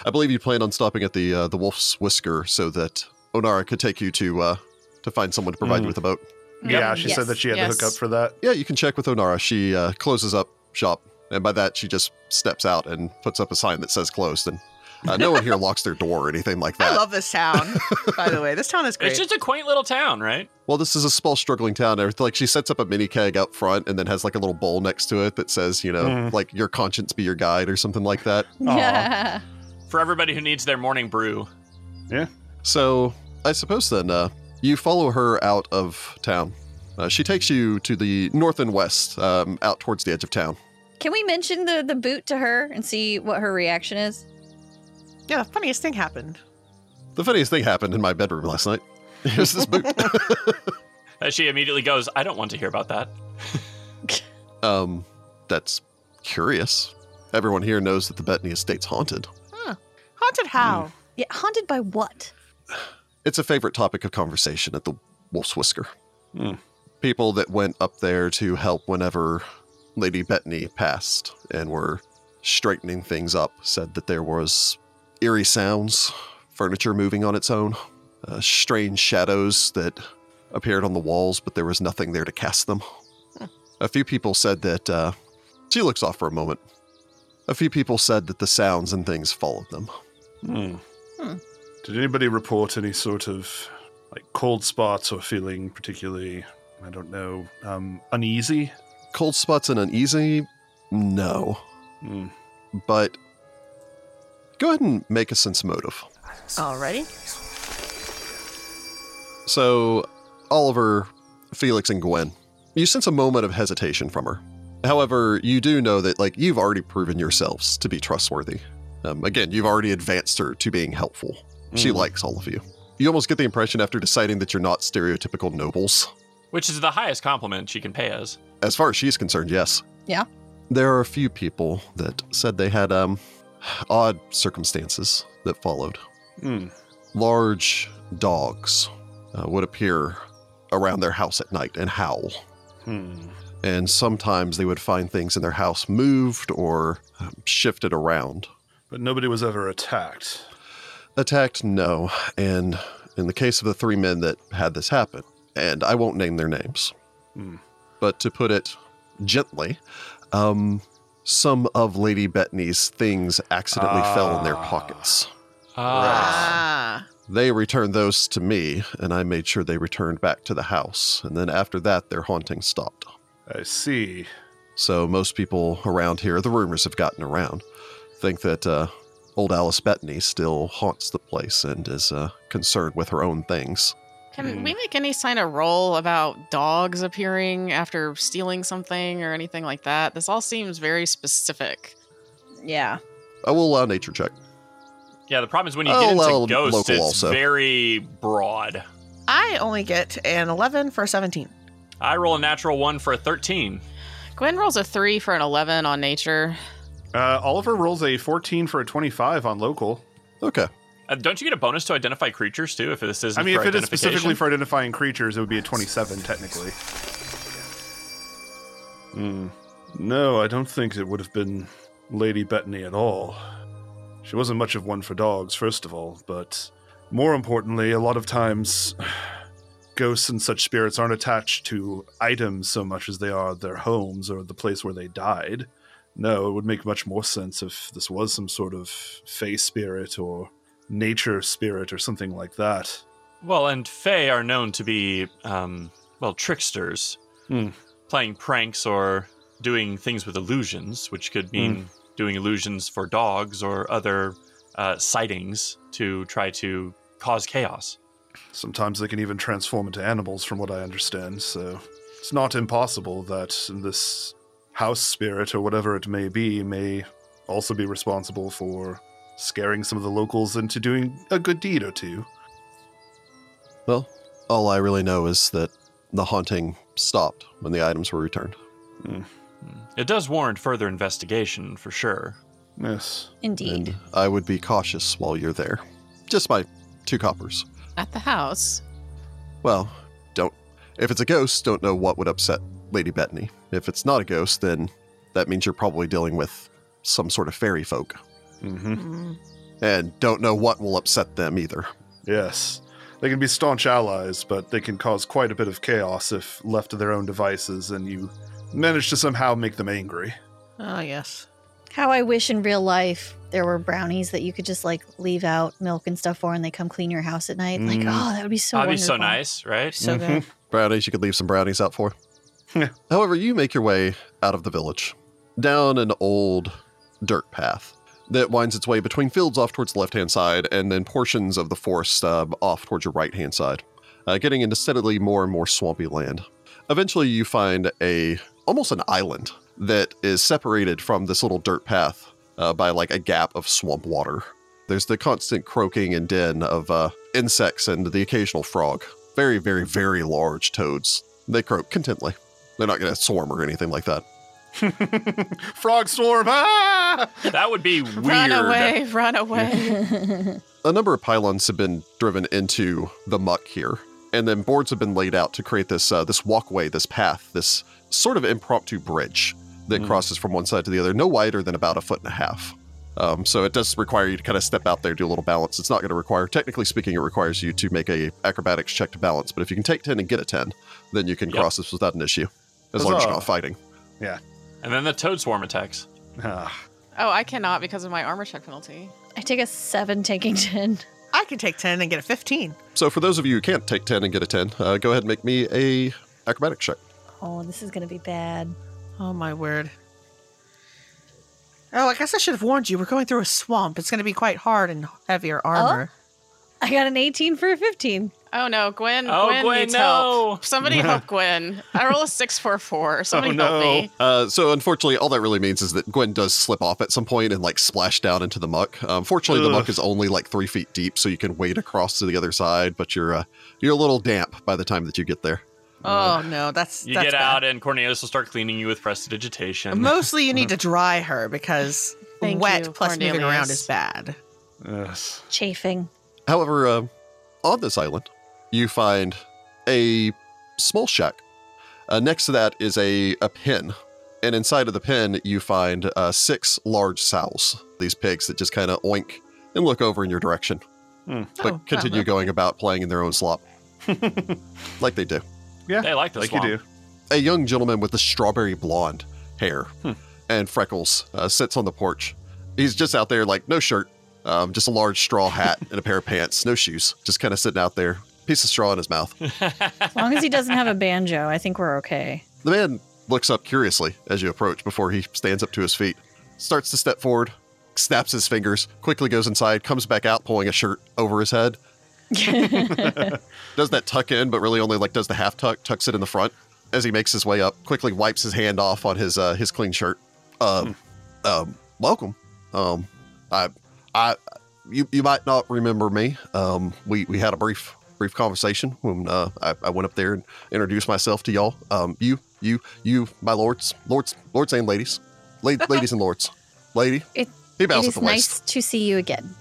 I believe you plan on stopping at the uh, the Wolf's Whisker so that Onara could take you to uh, to find someone to provide you with a boat. Yeah, she Yes. said that she had to hook Yes. up for that. Yeah, you can check with Onara. She uh, closes up shop, and by that she just steps out and puts up a sign that says closed. And uh, no one here locks their door or anything like that. I love this town, by the way. This town is great. It's just a quaint little town, right? well, this is a small, struggling town. and everything. Like she sets up a mini keg out front, and then has like a little bowl next to it that says, you know, Mm. like your conscience be your guide or something like that. Yeah. For everybody who needs their morning brew. So I suppose then uh, you follow her out of town. Uh, she takes you to the north and west, um, out towards the edge of town. Can we mention the the boot to her and see what her reaction is? yeah, the funniest thing happened. The funniest thing happened in my bedroom last night. It was this boot. Uh, she immediately goes, I don't want to hear about that. um, that's curious. Everyone here knows that the Bettany estate's haunted. Haunted how? Yeah, haunted by what? It's a favorite topic of conversation at the Wolf's Whisker. People that went up there to help whenever Lady Bettany passed and were straightening things up said that there was eerie sounds, furniture moving on its own, uh, strange shadows that appeared on the walls, but there was nothing there to cast them. A few people said that uh, she looks off for a moment. A few people said that the sounds and things followed them. Did anybody report any sort of like cold spots or feeling particularly, I don't know, um, uneasy? Cold spots and uneasy? No. Hmm. but go ahead and make a sense motive. Alrighty. So, Oliver, Felix, and Gwen, you sense a moment of hesitation from her. However, you do know that, like, you've already proven yourselves to be trustworthy. Um, again, you've already advanced her to being helpful. She likes all of you. You almost get the impression after deciding that you're not stereotypical nobles. Which is the highest compliment she can pay us. As far as she's concerned, yes. Yeah. There are a few people that said they had um, odd circumstances that followed. Hmm. large dogs uh, would appear around their house at night and howl. Hmm. And sometimes they would find things in their house moved or um, shifted around. But nobody was ever attacked. Attacked, no. And in the case of the three men that had this happen, and I won't name their names, Hmm. but to put it gently, um, some of Lady Bettany's things accidentally fell in their Ah. pockets. Ah. Ah. They returned those to me, and I made sure they returned back to the house. And then after that, their haunting stopped. I see. So most people around here, the rumors have gotten around, think that uh, old Alice Bettany still haunts the place and is uh, concerned with her own things. Can Hmm. we make any sign of roll about dogs appearing after stealing something or anything like that? This all seems very specific. Yeah. I will allow nature check. Yeah, the problem is when you Oh, get into well, ghosts, local it's also. very broad. I only get an 11 for a 17. I roll a natural one for a 13. Gwen rolls a three for an 11 on nature. Uh, Oliver rolls a 14 for a 25 on local. Okay. Uh, don't you get a bonus to identify creatures too if this isn't I mean, for if it is specifically identification? for identifying creatures, it would be a 27 technically. Hmm. No, I don't think it would have been Lady Bettany at all. She wasn't much of one for dogs, first of all, but more importantly, a lot of times ghosts and such spirits aren't attached to items so much as they are their homes or the place where they died. No, it would make much more sense if this was some sort of fae spirit or nature spirit or something like that. Well, and Fae are known to be, um, well, tricksters, Hmm. playing pranks or doing things with illusions, which Hmm. could mean doing illusions for dogs or other uh, sightings to try to cause chaos. Sometimes they can even transform into animals, from what I understand, so it's not impossible that in this house spirit or whatever it may be may also be responsible for scaring some of the locals into doing a good deed or two. Well, all I really know is that the haunting stopped when the items were returned. It does warrant further investigation for sure. Yes. Indeed. And I would be cautious while you're there. Just by two coppers. At the house. Well, don't. If it's a ghost, don't know what would upset Lady Bettany. If it's not a ghost, then that means you're probably dealing with some sort of fairy folk. Mm-hmm. Mm. And don't know what will upset them either. Yes. They can be staunch allies, but they can cause quite a bit of chaos if left to their own devices and you manage to somehow make them angry. Oh, yes. How I wish in real life there were brownies that you could just like leave out milk and stuff for, and they come clean your house at night. Like, Mm. oh, that would be so. That'd be so wonderful. nice, right? So good. Brownies, you could leave some brownies out for. Yeah. However, you make your way out of the village, down an old dirt path that winds its way between fields off towards the left hand side and then portions of the forest uh, off towards your right hand side, uh, getting into steadily more and more swampy land. Eventually, you find a almost an island that is separated from this little dirt path uh, by like a gap of swamp water. There's the constant croaking and din of uh, insects and the occasional frog. Very, very, very large toads. They croak contently. They're not going to swarm or anything like that. Frog swarm! Ah! That would be weird. Run away, run away. A number of pylons have been driven into the muck here, and then boards have been laid out to create this uh, this walkway, this path, this sort of impromptu bridge that Mm. crosses from one side to the other, no wider than about a foot and a half. Um, so it does require you to kind of step out there, do a little balance. It's not going to require, technically speaking, it requires you to make a acrobatics check to balance. But if you can take ten and get a ten, then you can Yep. cross this without an issue, as long as you're Huzzah. not fighting. And then the toad swarm attacks. Ah. oh, I cannot because of my armor check penalty. I take a seven, taking ten. I can take 10 and get a 15. So for those of you who can't take ten and get a ten, uh, go ahead and make me a acrobatics check. Oh, this is gonna be bad. Oh, my word. Oh, I guess I should have warned you. We're going through a swamp. It's going to be quite hard and heavier armor. I got an eighteen for a fifteen. Oh no, Gwen. Oh, Gwen, Gwen, needs no. help. Somebody help Gwen. I roll a six four four. Somebody Oh, no. help me. Uh, so unfortunately, all that really means is that Gwen does slip off at some point and like splash down into the muck. Um, fortunately, the Ugh. muck is only like three feet deep, so you can wade across to the other side. But you're uh, you're a little damp by the time that you get there. Oh, no. That's. You that's get bad. out, and Cornelius will start cleaning you with prestidigitation. Mostly you need to dry her because Thank wet you, plus moving around Cornelius. is bad. Yes. Chafing. However, uh, on this island, you find a small shack. Uh, next to that is a, a pen. And inside of the pen, you find uh, six large sows, these pigs that just kind of oink and look over in your direction, Hmm. but Oh, wow, continue going about playing in their own slop like they do. they like the Like swamp. you do. a young gentleman with the strawberry blonde hair Hmm. and freckles uh, sits on the porch. He's just out there, like no shirt, um, just a large straw hat and a pair of pants, no shoes, just kind of sitting out there, piece of straw in his mouth. As long as he doesn't have a banjo, I think we're okay. The man looks up curiously as you approach before he stands up to his feet, starts to step forward, snaps his fingers, quickly goes inside, comes back out, pulling a shirt over his head. does that tuck in, but really only like does the half tuck, tucks it in the front as he makes his way up, quickly wipes his hand off on his uh, his clean shirt. Um, um, welcome. Um, I, I, you, you might not remember me. Um, we, we had a brief brief conversation when uh, I, I went up there and introduced myself to y'all. Um, you, you, you, my lords, lords, lords and ladies, La- ladies and lords, lady. It- he it bows at is the waist. nice to see you again.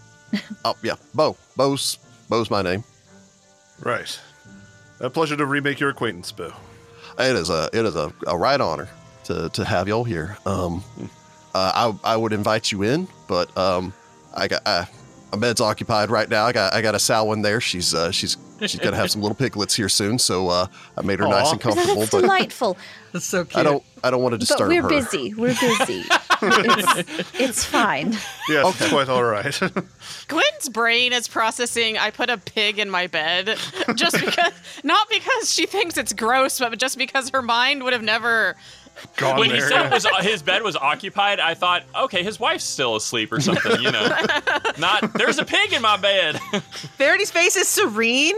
Oh yeah, Bo, Bo's, Bo's my name. Right. A pleasure to remake your acquaintance, Boo. It is a it is a, a right honor to, to have y'all here. Um, uh, I I would invite you in, but um, I got I, my bed's occupied right now. I got I got a sow in there. She's uh, she's she's gonna have some little piglets here soon, so uh, I made her nice Aw. and comfortable. That's But delightful. That's so cute. I don't I don't want to but disturb we're her. busy. We're busy. it's, it's fine. Yes, it's quite all right. Gwen's brain is processing. I put a pig in my bed just because, not because she thinks it's gross, but just because her mind would have never. Gone When he there. said it was, uh, his bed was occupied, I thought, okay, his wife's still asleep or something, you know. Not, there's a pig in my bed. Verity's face is serene,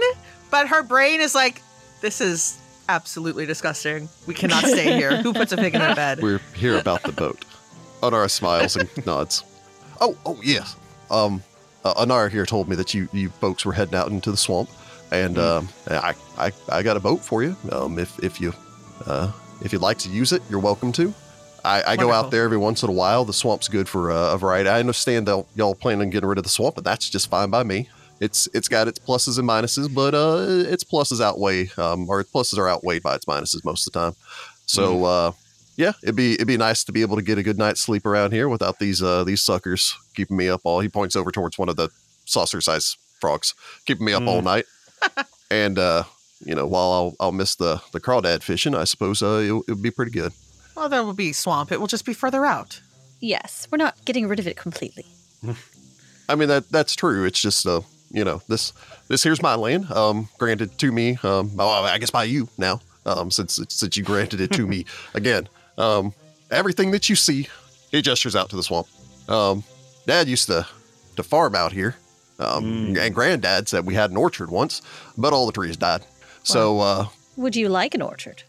but her brain is like, this is absolutely disgusting. We cannot stay here. Who puts a pig in their bed? We're here about the boat. Anara smiles and nods. Oh, oh yes. Um, uh, Anara here told me that you you folks were heading out into the swamp, and Hmm. um, I, I I got a boat for you. Um, if if you uh, if you'd like to use it, you're welcome to. I, I go Wonderful. out there every once in a while. The swamp's good for uh, a variety. I understand that y'all plan on getting rid of the swamp, but that's just fine by me. It's it's got its pluses and minuses, but uh, its pluses outweigh um, or its pluses are outweighed by its minuses most of the time. So Hmm. uh, yeah, it'd be it'd be nice to be able to get a good night's sleep around here without these uh, these suckers keeping me up all. He points over towards one of the saucer-sized frogs, keeping me up all night. and uh, you know, while I'll I'll miss the the crawdad fishing, I suppose uh, it would be pretty good. Well, there will be swamp. It will just be further out. Yes, we're not getting rid of it completely. I mean that that's true. It's just uh, you know, this this here's my land, um, granted to me, um, well, I guess by you now, um, since since you granted it to me again. Um, everything that you see, he gestures out to the swamp. Um, Dad used to to farm out here, um, and Granddad said we had an orchard once, but all the trees died. So uh, Would you like an orchard?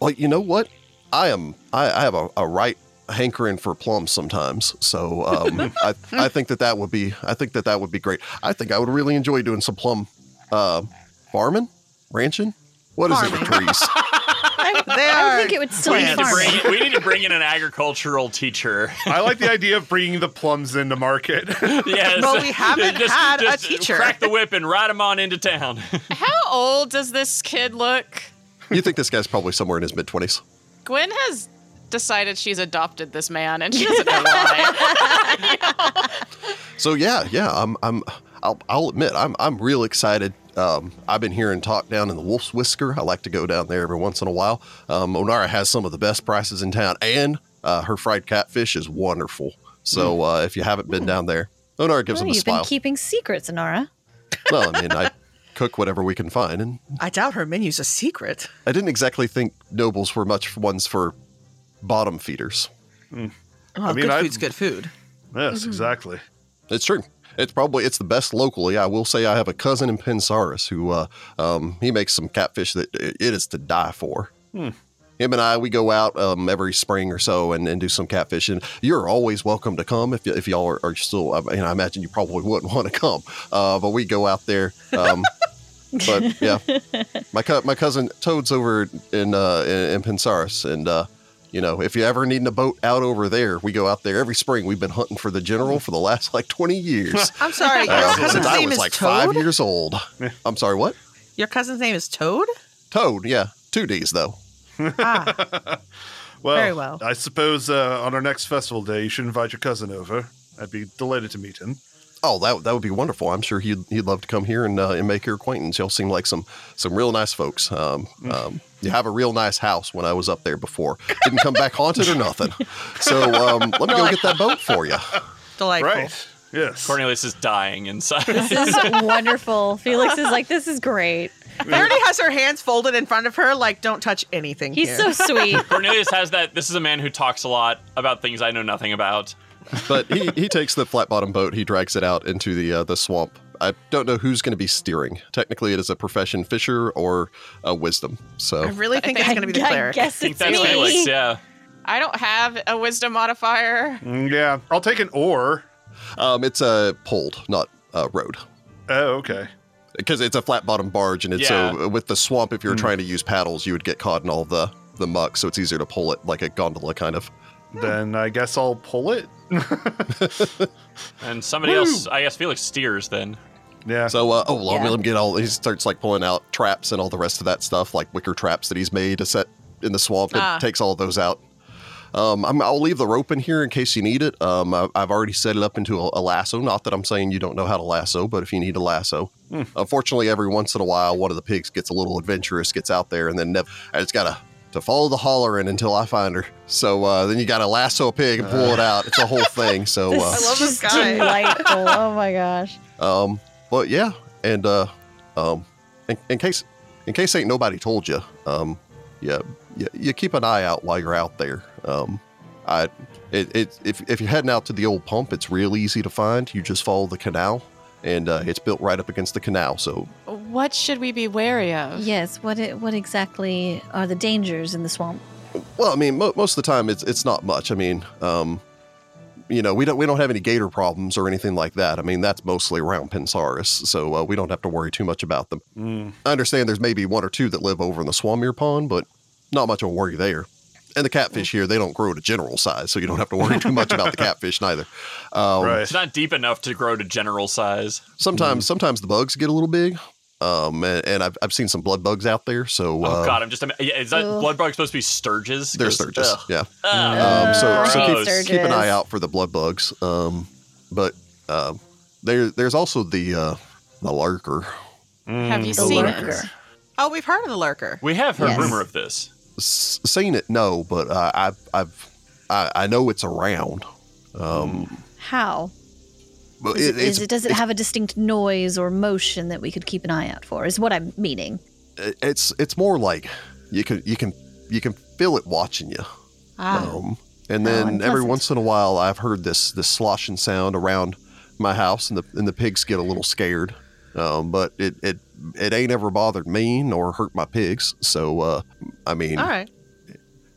well, you know what? I am. I, I have a, a right hankering for plums sometimes. So um, I, I think that that would be. I think that that would be great. I think I would really enjoy doing some plum uh, farming, ranching. What is it with trees? I, They I are would think it would still We be need, to farming. bring, we need to bring in an agricultural teacher. I like the idea of bringing the plums into market. Yes. Well, we haven't had a teacher. Crack the whip and ride him on into town. How old does this kid look? you think this guy's probably somewhere in his mid twenties? Gwen has decided she's adopted this man and she doesn't know why. So yeah, yeah. I'm. I'm. I'll, I'll admit, I'm. I'm real excited. Um, I've been hearing talk down in the Wolf's Whisker. I like to go down there every once in a while. Um, Onara has some of the best prices in town, and uh, her fried catfish is wonderful. So uh, if you haven't been down there, Onara gives Oh, him a Mm. you've been smile. keeping secrets, Anara. well, I mean, I cook whatever we can find, and I doubt her menu's a secret. I didn't exactly think nobles were much ones for bottom feeders. Well, mean, good I- food's good food. yes, exactly. It's true. It's probably it's the best locally. I will say I have a cousin in Pensaris who uh, um, he makes some catfish that it it is to die for. Him and I we go out um, every spring or so and, and do some catfishing. You're always welcome to come if, y- if y'all are, are still. I mean, I imagine you probably wouldn't want to come, uh, but we go out there. Um, but yeah, my co- my cousin Toad's over in uh, in, in Pensaris, and uh, you know, if you ever need a boat out over there, we go out there every spring. We've been hunting for the general for the last like twenty years. I'm sorry. Your Uh, cousin's since I name was is like five Toad. years old. I'm sorry, what? Your cousin's name is Toad. Toad, yeah. Two D's though. Ah, Well, Very well. I suppose uh, on our next festival day, you should invite your cousin over. I'd be delighted to meet him. Oh, that, that would be wonderful. I'm sure he'd, he'd love to come here and, uh, and make your acquaintance. Y'all seem like some some real nice folks. Um, um, you have a real nice house when I was up there before. Didn't come back haunted or nothing. So um, let me go get that boat for you. delightful. Right. Yes. Cornelius is dying inside. This is wonderful. Felix is like, this is great. Verity has her hands folded in front of her, like don't touch anything. He's here. so sweet. Cornelius has that. This is a man who talks a lot about things I know nothing about. But he, he takes the flat bottom boat. He drags it out into the uh, the swamp. I don't know who's going to be steering. Technically, it is a profession fisher or a wisdom. So I really think it's I- going to be the I cleric. guess I think it's that's Felix. me. Yeah. I don't have a wisdom modifier. Mm, Yeah. I'll take an oar. um, it's uh, pulled, not uh, rowed. Oh, okay. because it's a flat bottom barge and it's Yeah. so with the swamp if you were trying to use paddles you would get caught in all the the muck so it's easier to pull it like a gondola kind of Then I guess I'll pull it. And somebody else, I guess Felix steers then. Yeah. so uh, oh let me Yeah. let me get all he starts like pulling out traps and all the rest of that stuff like wicker traps that he's made to set in the swamp and Ah. takes all those out um, I'm, I'll leave the rope in here in case you need it. Um, I, I've already set it up into a, a lasso. Not that I'm saying you don't know how to lasso, but if you need a lasso, unfortunately, every once in a while, one of the pigs gets a little adventurous, gets out there, and then nev- I just gotta to follow the hollering until I find her. So uh, then you gotta lasso a pig and pull it out. It's a whole thing. So This uh, is I love this just guy. delightful. Oh my gosh. um, but yeah, and uh, um, in, in case in case ain't nobody told you, um, yeah, you, you keep an eye out while you're out there. Um, I, it, it, if if you're heading out to the old pump, it's real easy to find. You just follow the canal, and uh, it's built right up against the canal, so What should we be wary of? Yes. What i- what exactly are the dangers in the swamp? Well, I mean, mo- most of the time it's it's not much. I mean, um, you know, we don't we don't have any gator problems or anything like that. I mean, that's mostly around Pensaris, so uh, we don't have to worry too much about them. Mm. I understand there's maybe one or two that live over in the Swamir Pond, but not much of a worry there. And the catfish here, they don't grow to general size, so you don't have to worry too much about the catfish neither. Um, right. It's not deep enough to grow to general size. Oh, Mm. Sometimes, sometimes the bugs get a little big, um, and, and I've, I've seen some blood bugs out there. So Oh uh, god, I'm just ima- yeah, is that Ugh. blood bug supposed to be sturges? they're 'Cause- sturges, ugh. Ah. yeah. Ugh. Um, so Uh, so Gross. keep, keep an eye out for the blood bugs. Um, but um, there there's also the uh, the larker. Have you Mm, The seen lurker. it? Oh, we've heard of the lurker. We have heard Yes. rumor of this. S- seen it? No, but uh, I've I've I, I know it's around. Um, How? but Mm. Is it, it, is it's, it, does it have a distinct noise or motion that we could keep an eye out for? Is what I'm meaning. it's it's more like you can you can you can feel it watching you. Ah, Um, and Oh, then every unpleasant. once in a while, I've heard this this sloshing sound around my house, and the and the pigs get a little scared. Um, but it it it ain't ever bothered me nor hurt my pigs. So uh, I mean, All right.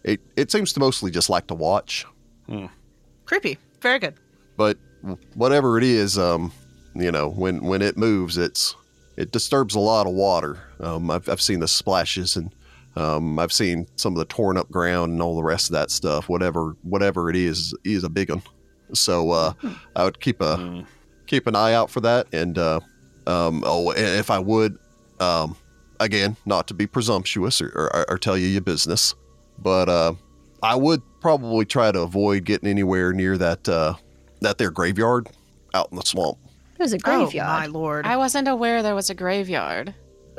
it it seems to mostly just like to watch. Creepy. Very good. But whatever it is, um, you know, when when it moves, it's it disturbs a lot of water. Um, I've I've seen the splashes and. Um, I've seen some of the torn up ground and all the rest of that stuff. Whatever, whatever it is, is a big one. So uh, I would keep a keep an eye out for that. And uh, um, oh, and if I would, um, again, not to be presumptuous or, or, or tell you your business, but uh, I would probably try to avoid getting anywhere near that uh, that their graveyard out in the swamp. There's a Oh, my graveyard. lord. I wasn't aware there was a graveyard.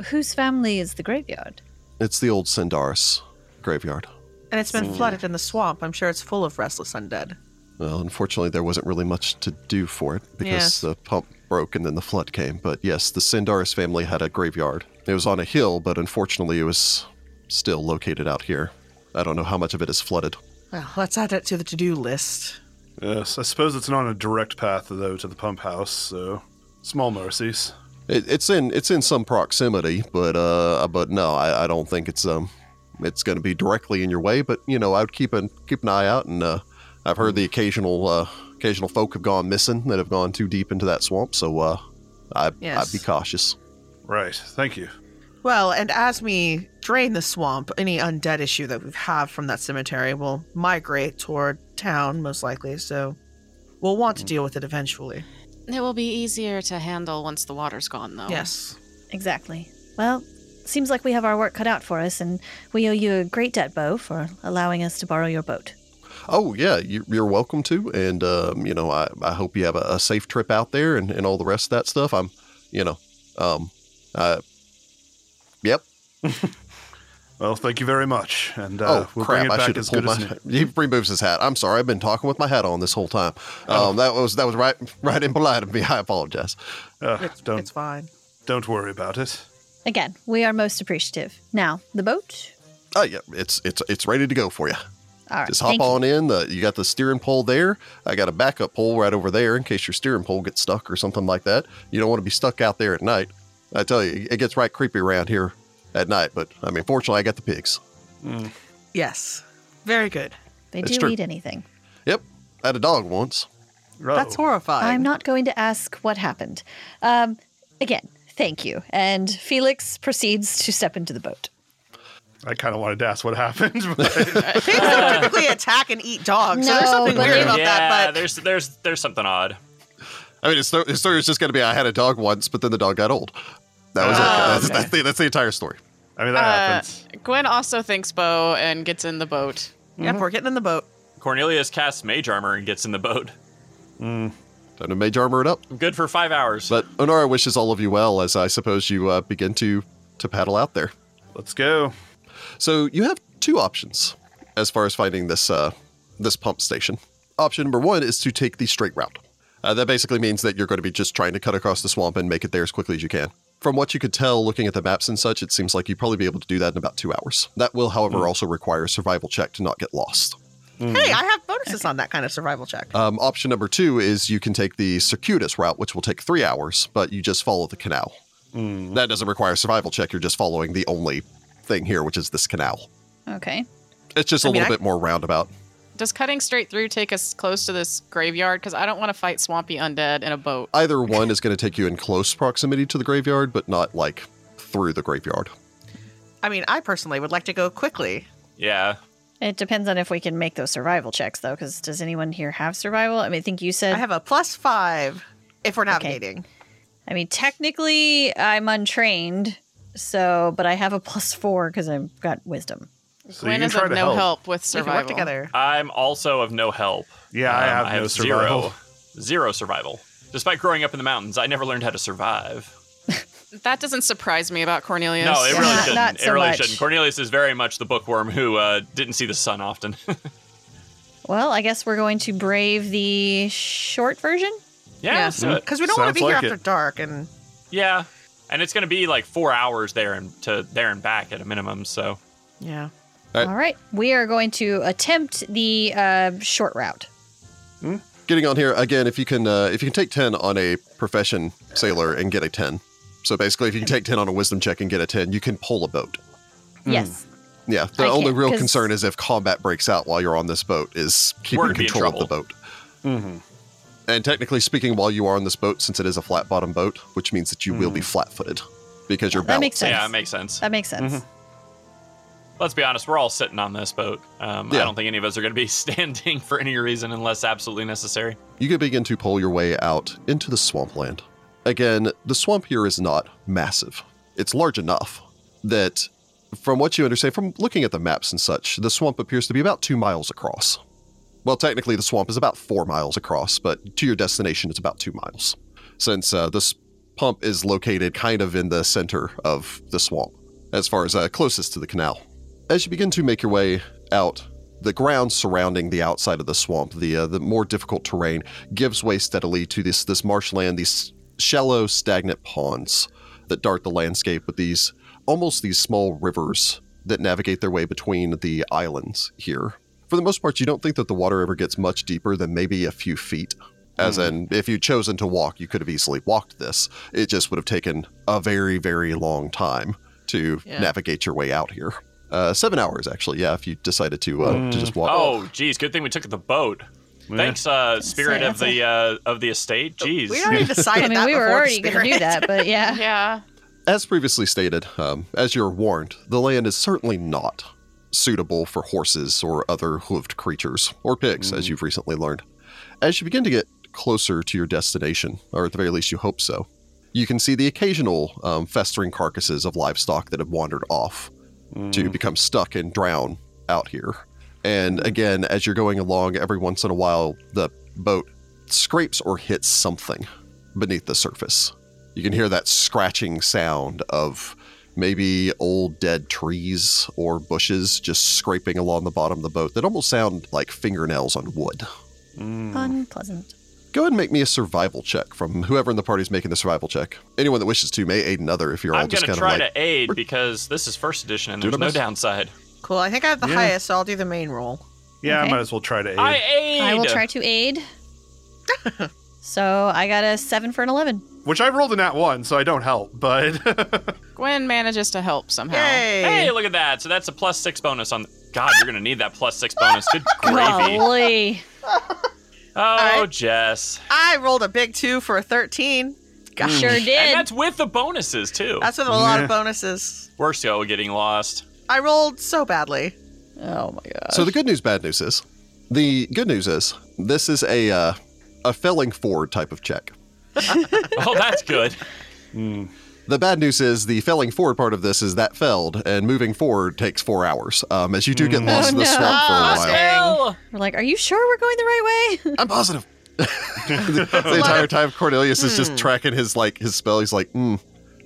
Whose family is the graveyard? It's the old Sindaris graveyard. and it's been Hmm. flooded in the swamp. I'm sure it's full of restless undead. Well, unfortunately, there wasn't really much to do for it because Yes. the pump broke and then the flood came. But yes, the Sindaris family had a graveyard. It was on a hill, but unfortunately, it was still located out here. I don't know how much of it is flooded. Well, let's add that to the to-do list. Yes, I suppose it's not on a direct path though to the pump house, so small mercies. It, it's in it's in some proximity, but uh, but no, I, I don't think it's um, it's going to be directly in your way. But you know, I would keep an keep an eye out, and uh, I've heard the occasional uh, occasional folk have gone missing that have gone too deep into that swamp. So uh, I Yes. I'd be cautious. Right. Thank you. Well, and as we drain the swamp, any undead issue that we have from that cemetery will migrate toward town, most likely. So we'll want Mm. to deal with it eventually. It will be easier to handle once the water's gone, though. Yes. Exactly. Well, seems like we have our work cut out for us, and we owe you a great debt, Bo, for allowing us to borrow your boat. Oh yeah, you, you're welcome to, and um, you know, I, I hope you have a, a safe trip out there and, and all the rest of that stuff. I'm, you know, um, uh, yep. Well, thank you very much, and uh, oh we'll crap, bring it I back should have as pulled good my. as new. He removes his hat. I'm sorry, I've been talking with my hat on this whole time. Oh. Um, that was that was right right impolite of me. I apologize. Uh, Um, It's, don't it's fine. don't worry about it. Again, we are most appreciative. Now, the boat. Oh yeah, it's it's it's ready to go for you. All right. Just hop thank you. on in. The, you got the steering pole there. I got a backup pole right over there in case your steering pole gets stuck or something like that. You don't want to be stuck out there at night. I tell you, it gets right creepy around here at night. But I mean, fortunately, I got the pigs. Yes. Very good. They It's do true. eat anything. Yep, I had a dog once. That's Oh, horrifying. I'm not going to ask what happened. Um, again, thank you. And Felix proceeds to step into the boat. I kind of wanted to ask what happened. But Pigs don't typically attack and eat dogs, so there's No, something but weird they- about yeah, that. But there's there's there's something odd. I mean, his, sto- his story was just going to be I had a dog once, but then the dog got old. That was it. That's, that's, the, that's the entire story. I mean, that happens. Gwen also thinks Bo and gets in the boat. yep, we're getting in the boat. Cornelius casts mage armor and gets in the boat. Time to mage armor it up. Good for five hours. But Honora wishes all of you well as I suppose you uh, begin to to paddle out there. Let's go. So you have two options as far as finding this uh, this pump station. Option number one is to take the straight route. Uh, that basically means that you're going to be just trying to cut across the swamp and make it there as quickly as you can. From what you could tell looking at the maps and such, it seems like you'd probably be able to do that in about two hours. That will, however, also require a survival check to not get lost. Mm. Hey, I have bonuses on that kind of survival check. Uh. Um, option number two is you can take the circuitous route, which will take three hours, but you just follow the canal. Mm. That doesn't require a survival check. You're just following the only thing here, which is this canal. Okay. It's just a I mean, little I- bit more roundabout. Does cutting straight through take us close to this graveyard? Because I don't want to fight swampy undead in a boat. Either one is going to take you in close proximity to the graveyard, but not like through the graveyard. I mean, I personally would like to go quickly. Yeah. It depends on if we can make those survival checks, though, because does anyone here have survival? I mean, I think you said. I have a plus five if we're navigating. I mean, technically, I'm untrained, so, but I have a plus four because I've got wisdom. So Gwen is of no help. with We can survival. work together. I'm also of no help. Yeah, I Um, have no survival. Zero, zero survival. Despite growing up in the mountains, I never learned how to survive. That doesn't surprise me about Cornelius. No, it really Not- shouldn't. not it so really much. shouldn't. Cornelius is very much the bookworm who uh, didn't see the sun often. Well, I guess we're going to brave the short version. yeah, Yeah. let's do it. Because we don't want Uh, Sounds to be here like after it. dark. And Yeah, and it's going to be like four hours there and to there and back at a minimum. So yeah. Right. All right. We are going to attempt the uh, short route. Getting on here again, if you can, uh, if you can take ten on a profession sailor and get a ten. So basically, if you can take ten on a wisdom check and get a ten, you can pull a boat. Yes. Yeah, the I can't, only real 'cause- concern is if combat breaks out while you're on this boat is We're keeping gonna be in control of the trouble. boat. And technically speaking, while you are on this boat, since it is a flat bottom boat, which means that you will Mm-hmm. be flat footed because you're That makes balancing. yeah, Sense. it makes sense. That makes sense. Let's be honest, we're all sitting on this boat. Um, I Yeah. don't think any of us are going to be standing for any reason unless absolutely necessary. You can begin to pole your way out into the swampland. Again, the swamp here is not massive. It's large enough that, from what you understand, from looking at the maps and such, the swamp appears to be about two miles across. Well, technically, the swamp is about four miles across, but to your destination, it's about two miles, since uh, this pump is located kind of in the center of the swamp, as far as uh, closest to the canal. As you begin to make your way out, the ground surrounding the outside of the swamp, the uh, the more difficult terrain, gives way steadily to this this marshland, these shallow, stagnant ponds that dart the landscape with these almost these small rivers that navigate their way between the islands here. For the most part, you don't think that the water ever gets much deeper than maybe a few feet. As in, if you'd chosen to walk, you could have easily walked this. It just would have taken a very, very long time to Yeah. navigate your way out here. Uh, seven hours, actually. Yeah, if you decided to uh, to just walk. Oh, geez, good thing we took the boat. Thanks, uh, spirit Say, of the uh, of the estate. Jeez. We already decided I mean, that we were before already the going to do spirit. that, but yeah. Yeah. As previously stated, um, as you're warned, the land is certainly not suitable for horses or other hoofed creatures, or pigs, as you've recently learned. As you begin to get closer to your destination, or at the very least you hope so, you can see the occasional um, festering carcasses of livestock that have wandered off Mm. to become stuck and drown out here. And again, as you're going along, every once in a while, the boat scrapes or hits something beneath the surface. You can hear that scratching sound of maybe old dead trees or bushes just scraping along the bottom of the boat that almost sound like fingernails on wood. Unpleasant. Go ahead and make me a survival check from whoever in the party is making the survival check. Anyone that wishes to may aid another if you're all I'm just going to kind try of like. to aid because this is first edition and Do the there's no best. downside. Cool. I think I have the Yeah. highest, so I'll do the main roll. Yeah, Okay. I might as well try to aid. I aid. I will try to aid. so I got a seven for an 11. Which I rolled in that one, so I don't help, but Gwen manages to help Oh. somehow. Yay! Hey, look at that. So that's a plus six bonus on. God, you're going to need that plus six bonus. Good gravy. Oh, Golly. right. Jess. I rolled a big two for a 13. Gosh. Mm. Sure And did. that's with the bonuses, too. That's with a lot Yeah. of bonuses. We're still getting lost. I rolled so badly. Oh my god. So the good news, bad news is, the good news is this is a uh, a felling forward type of check. Oh, that's good. The bad news is the felling forward part of this is that felled, and moving forward takes four hours. Um, as you do get lost in the no. swamp for Ah, a while. dang. We're like, are you sure we're going the right way? I'm positive. the, the entire time Cornelius is just tracking his like his spell. He's like, mm,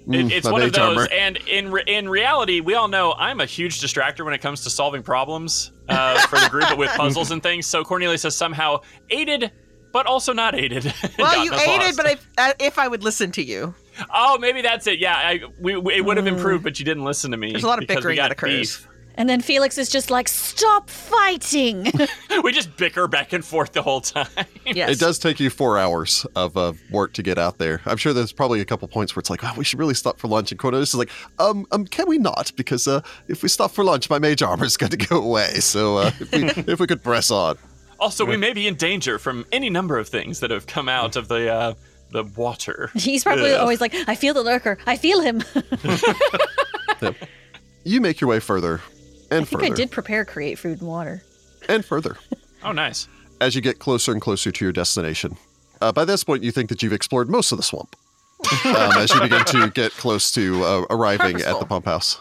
mm, It, it's my one of mage those, armor. and in re- in reality, we all know I'm a huge distractor when it comes to solving problems uh, for the group with puzzles and things. So Cornelius has somehow aided, but also not aided. Well, Gotten you us aided, lost. but if, uh, if I would listen to you. oh, maybe that's it. Yeah, I, we, we- it would have improved, but you didn't listen to me. Mm. There's a lot of because we bickering got that occurs. beef. And then Felix is just like, stop fighting. we just bicker back and forth the whole time. Yes. It does take you four hours of uh, work to get out there. I'm sure there's probably a couple points where it's like, oh, we should really stop for lunch. And Cornelius is like, um, um, can we not? Because uh, if we stop for lunch, my mage armor is going to go away. So uh, if, we, if we could press on. Also, we may be in danger from any number of things that have come Mm. out of the uh, the water. He's probably Ugh. always like, I feel the lurker. I feel him. I You make your way further and think further I did prepare create food and water. and further Oh, nice. as you get closer and closer to your destination. Uh, by this point, you think that you've explored most of the swamp um, as you begin to get close to uh, arriving at the Purposeful. pump house.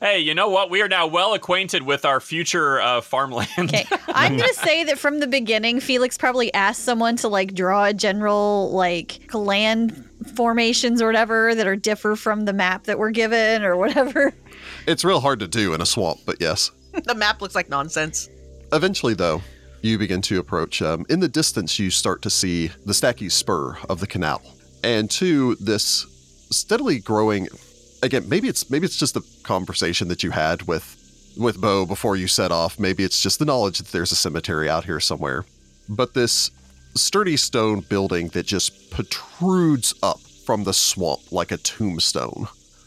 Hey, you know what? We are now well acquainted with our future uh, farmland. Okay. I'm going to say that from the beginning, Felix probably asked someone to like draw a general like land formations or whatever that are differ from the map that we're given or whatever. It's real hard to do in a swamp, but yes. the map looks like nonsense. Eventually, though, you begin to approach. Um, in the distance, you start to see the Stacky Spur of the canal, and to this steadily growing. Again, maybe it's maybe it's just the conversation that you had with with Bo before you set off. Maybe it's just the knowledge that there's a cemetery out here somewhere. But this sturdy stone building that just protrudes up from the swamp like a tombstone,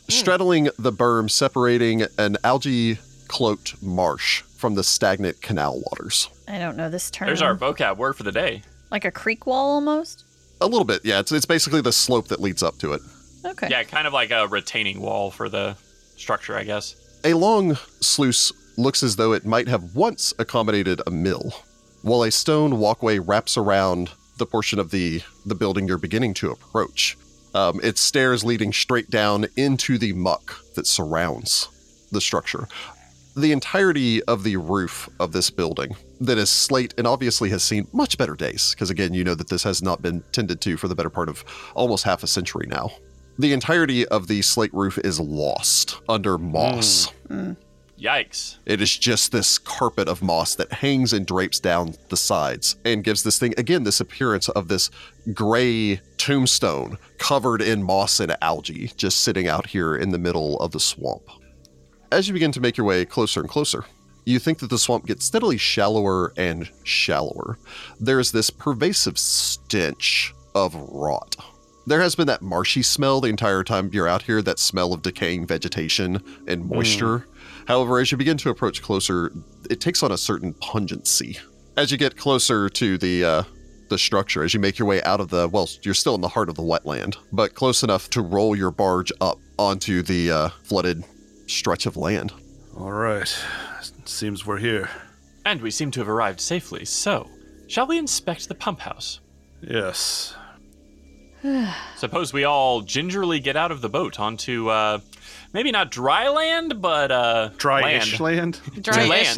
straddling the berm separating an algae cloaked marsh from the stagnant canal waters. I don't know this term. There's our vocab word for the day. like a creek wall almost. A little bit, yeah. It's, it's basically the slope that leads up to it. Okay. Yeah, kind of like a retaining wall for the structure, I guess. A long sluice looks as though it might have once accommodated a mill, while a stone walkway wraps around the portion of the, the building you're beginning to approach. Um, it's stairs leading straight down into the muck that surrounds the structure. The entirety of the roof of this building that is slate and obviously has seen much better days, because again, you know that this has not been tended to for the better part of almost half a century now. The entirety of the slate roof is lost under moss. Yikes. It is just this carpet of moss that hangs and drapes down the sides and gives this thing, again, this appearance of this gray tombstone covered in moss and algae just sitting out here in the middle of the swamp. As you begin to make your way closer and closer, you think that the swamp gets steadily shallower and shallower. There's this pervasive stench of rot. There has been that marshy smell the entire time you're out here, that smell of decaying vegetation and moisture. However, as you begin to approach closer, it takes on a certain pungency. As you get closer to the uh, the structure, as you make your way out of the well, you're still in the heart of the wetland, but close enough to roll your barge up onto the uh, flooded stretch of land. All right. Seems we're here. And we seem to have arrived safely. So, shall we inspect the pump house? Yes. Suppose we all gingerly get out of the boat onto uh, maybe not dry land, but uh, land. Dryish land. To Dry land. ish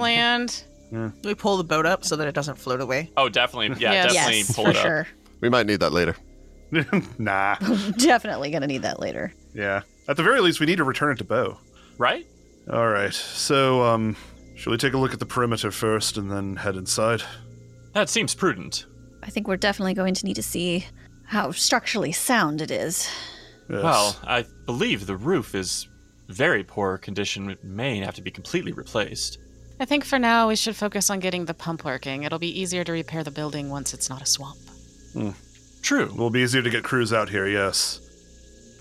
land. We pull the boat up so that it doesn't float away. Oh, definitely. Yeah, Yes. definitely yes, pull for it up. sure. We might need that later. nah. Definitely gonna need that later. Yeah. At the very least, we need to return it to Bo. Right? All right. So, um, shall we take a look at the perimeter first and then head inside? That seems prudent. I think we're definitely going to need to see how structurally sound it is. Yes. Well, I believe the roof is very poor condition. It may have to be completely replaced. I think for now we should focus on getting the pump working. It'll be easier to repair the building once it's not a swamp. True. Will be easier to get crews out here, yes.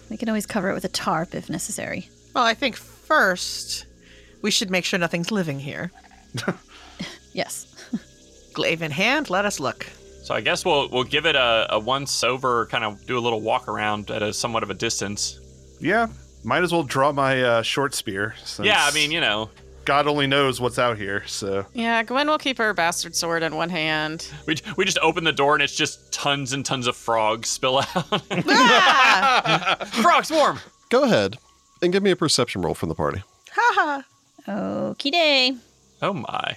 We can always cover it with a tarp if necessary. Well, I think first we should make sure nothing's living here. Yes. Glaive in hand, let us look. So I guess we'll we'll give it a, a once over, kind of do a little walk around at a somewhat of a distance. Yeah. Might as well draw my uh, short spear. Since yeah, I mean, you know, God only knows what's out here, so. Yeah, Gwen will keep her bastard sword in one hand. we j- we just open the door and it's just tons and tons of frogs spill out. Ah! frogs warm. Go ahead and give me a perception roll from the party. Ha ha. Okie day. Oh my!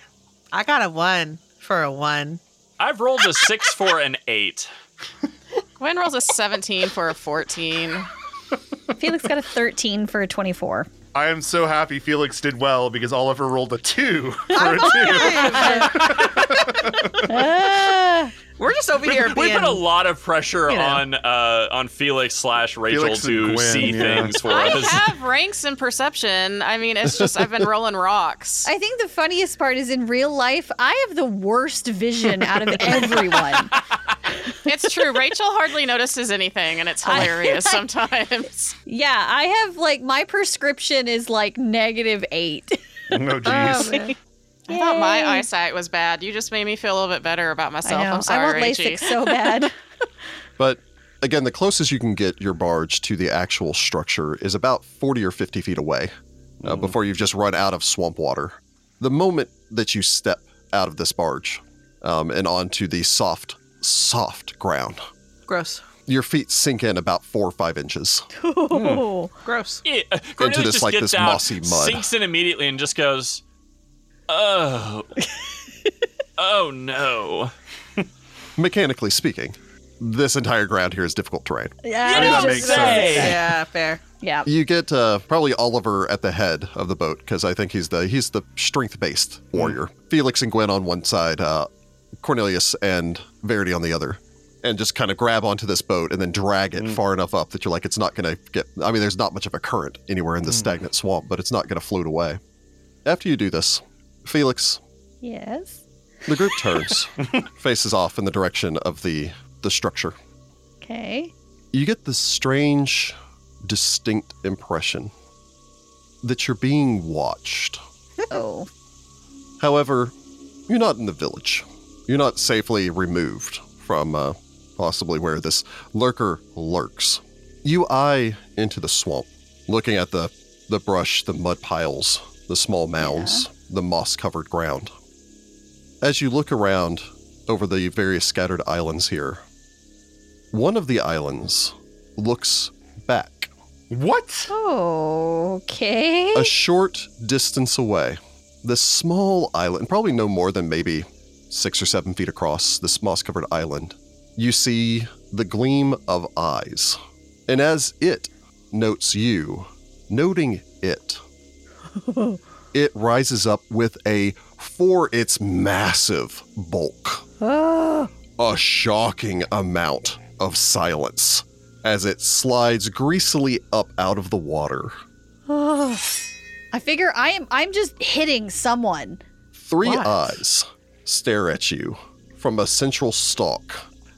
I got a one for a one. I've rolled a six for an eight. Gwen rolls a 17 for a 14. Felix got a 13 for a 24. I am so happy Felix did well because Oliver Oh, rolled a two for a I'm two. alive! We're just over We, here we being. put a lot of pressure you know. on uh, on Felix slash Rachel Felix and to Gwen, see yeah. things for I us. have ranks in perception. I mean, it's just I've been rolling rocks. I think the funniest part is in real life, I have the worst vision out of everyone. It's true. Rachel hardly notices anything, and it's I- hilarious sometimes. yeah, I have like my prescription is like negative eight. Oh, jeez. Um, I thought my Yay. eyesight was bad. You just made me feel a little bit better about myself. I know. I'm sorry, I want Rachie. LASIK so bad. But again, the closest you can get your barge to the actual structure is about 40 or 50 feet away uh, before you've just run out of swamp water. The moment that you step out of this barge um, and onto the soft, soft ground, gross. your feet sink in about four or five inches. Gross. Yeah, uh, Cornelius this, just like, gets this out, mossy mud. sinks in immediately, and just goes, "Oh, oh no!" Mechanically speaking, this entire ground here is difficult terrain. Yeah, You I was don't makes just gonna say. say. Yeah, fair. Yeah. You get uh, probably Oliver at the head of the boat because I think he's the he's the strength based warrior. Felix and Gwen on one side, uh, Cornelius and Verity on the other, and just kind of grab onto this boat and then drag it far enough up that you're like it's not going to get. I mean, there's not much of a current anywhere in this stagnant swamp, but it's not going to float away. After you do this, Felix, Yes. the group turns, faces off in the direction of the the structure. Okay. you get this strange, distinct impression that you're being watched. Oh. However, you're not in the village. You're not safely removed from uh, possibly where this lurker lurks. You eye into the swamp, looking at the, the brush, the mud piles, the small mounds, the moss covered ground. As you look around over the various scattered islands here, one of the islands looks back What? Okay. a short distance away, this small island, probably no more than maybe six or seven feet across, this moss covered island, you see the gleam of eyes. And as it notes you, noting it, it rises up with a, for its massive bulk, Oh. a shocking amount of silence as it slides greasily up out of the water. Oh. I figure I am I'm just hitting someone. Three What? eyes stare at you from a central stalk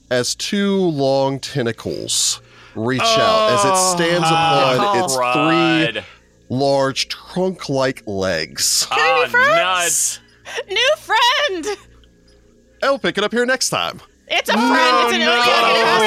as two long tentacles reach out as Oh, it stands upon its three Rod. large trunk like legs. Ah, nuts. New friend. I'll pick it up here next time. It's a friend. It's an no. Ah,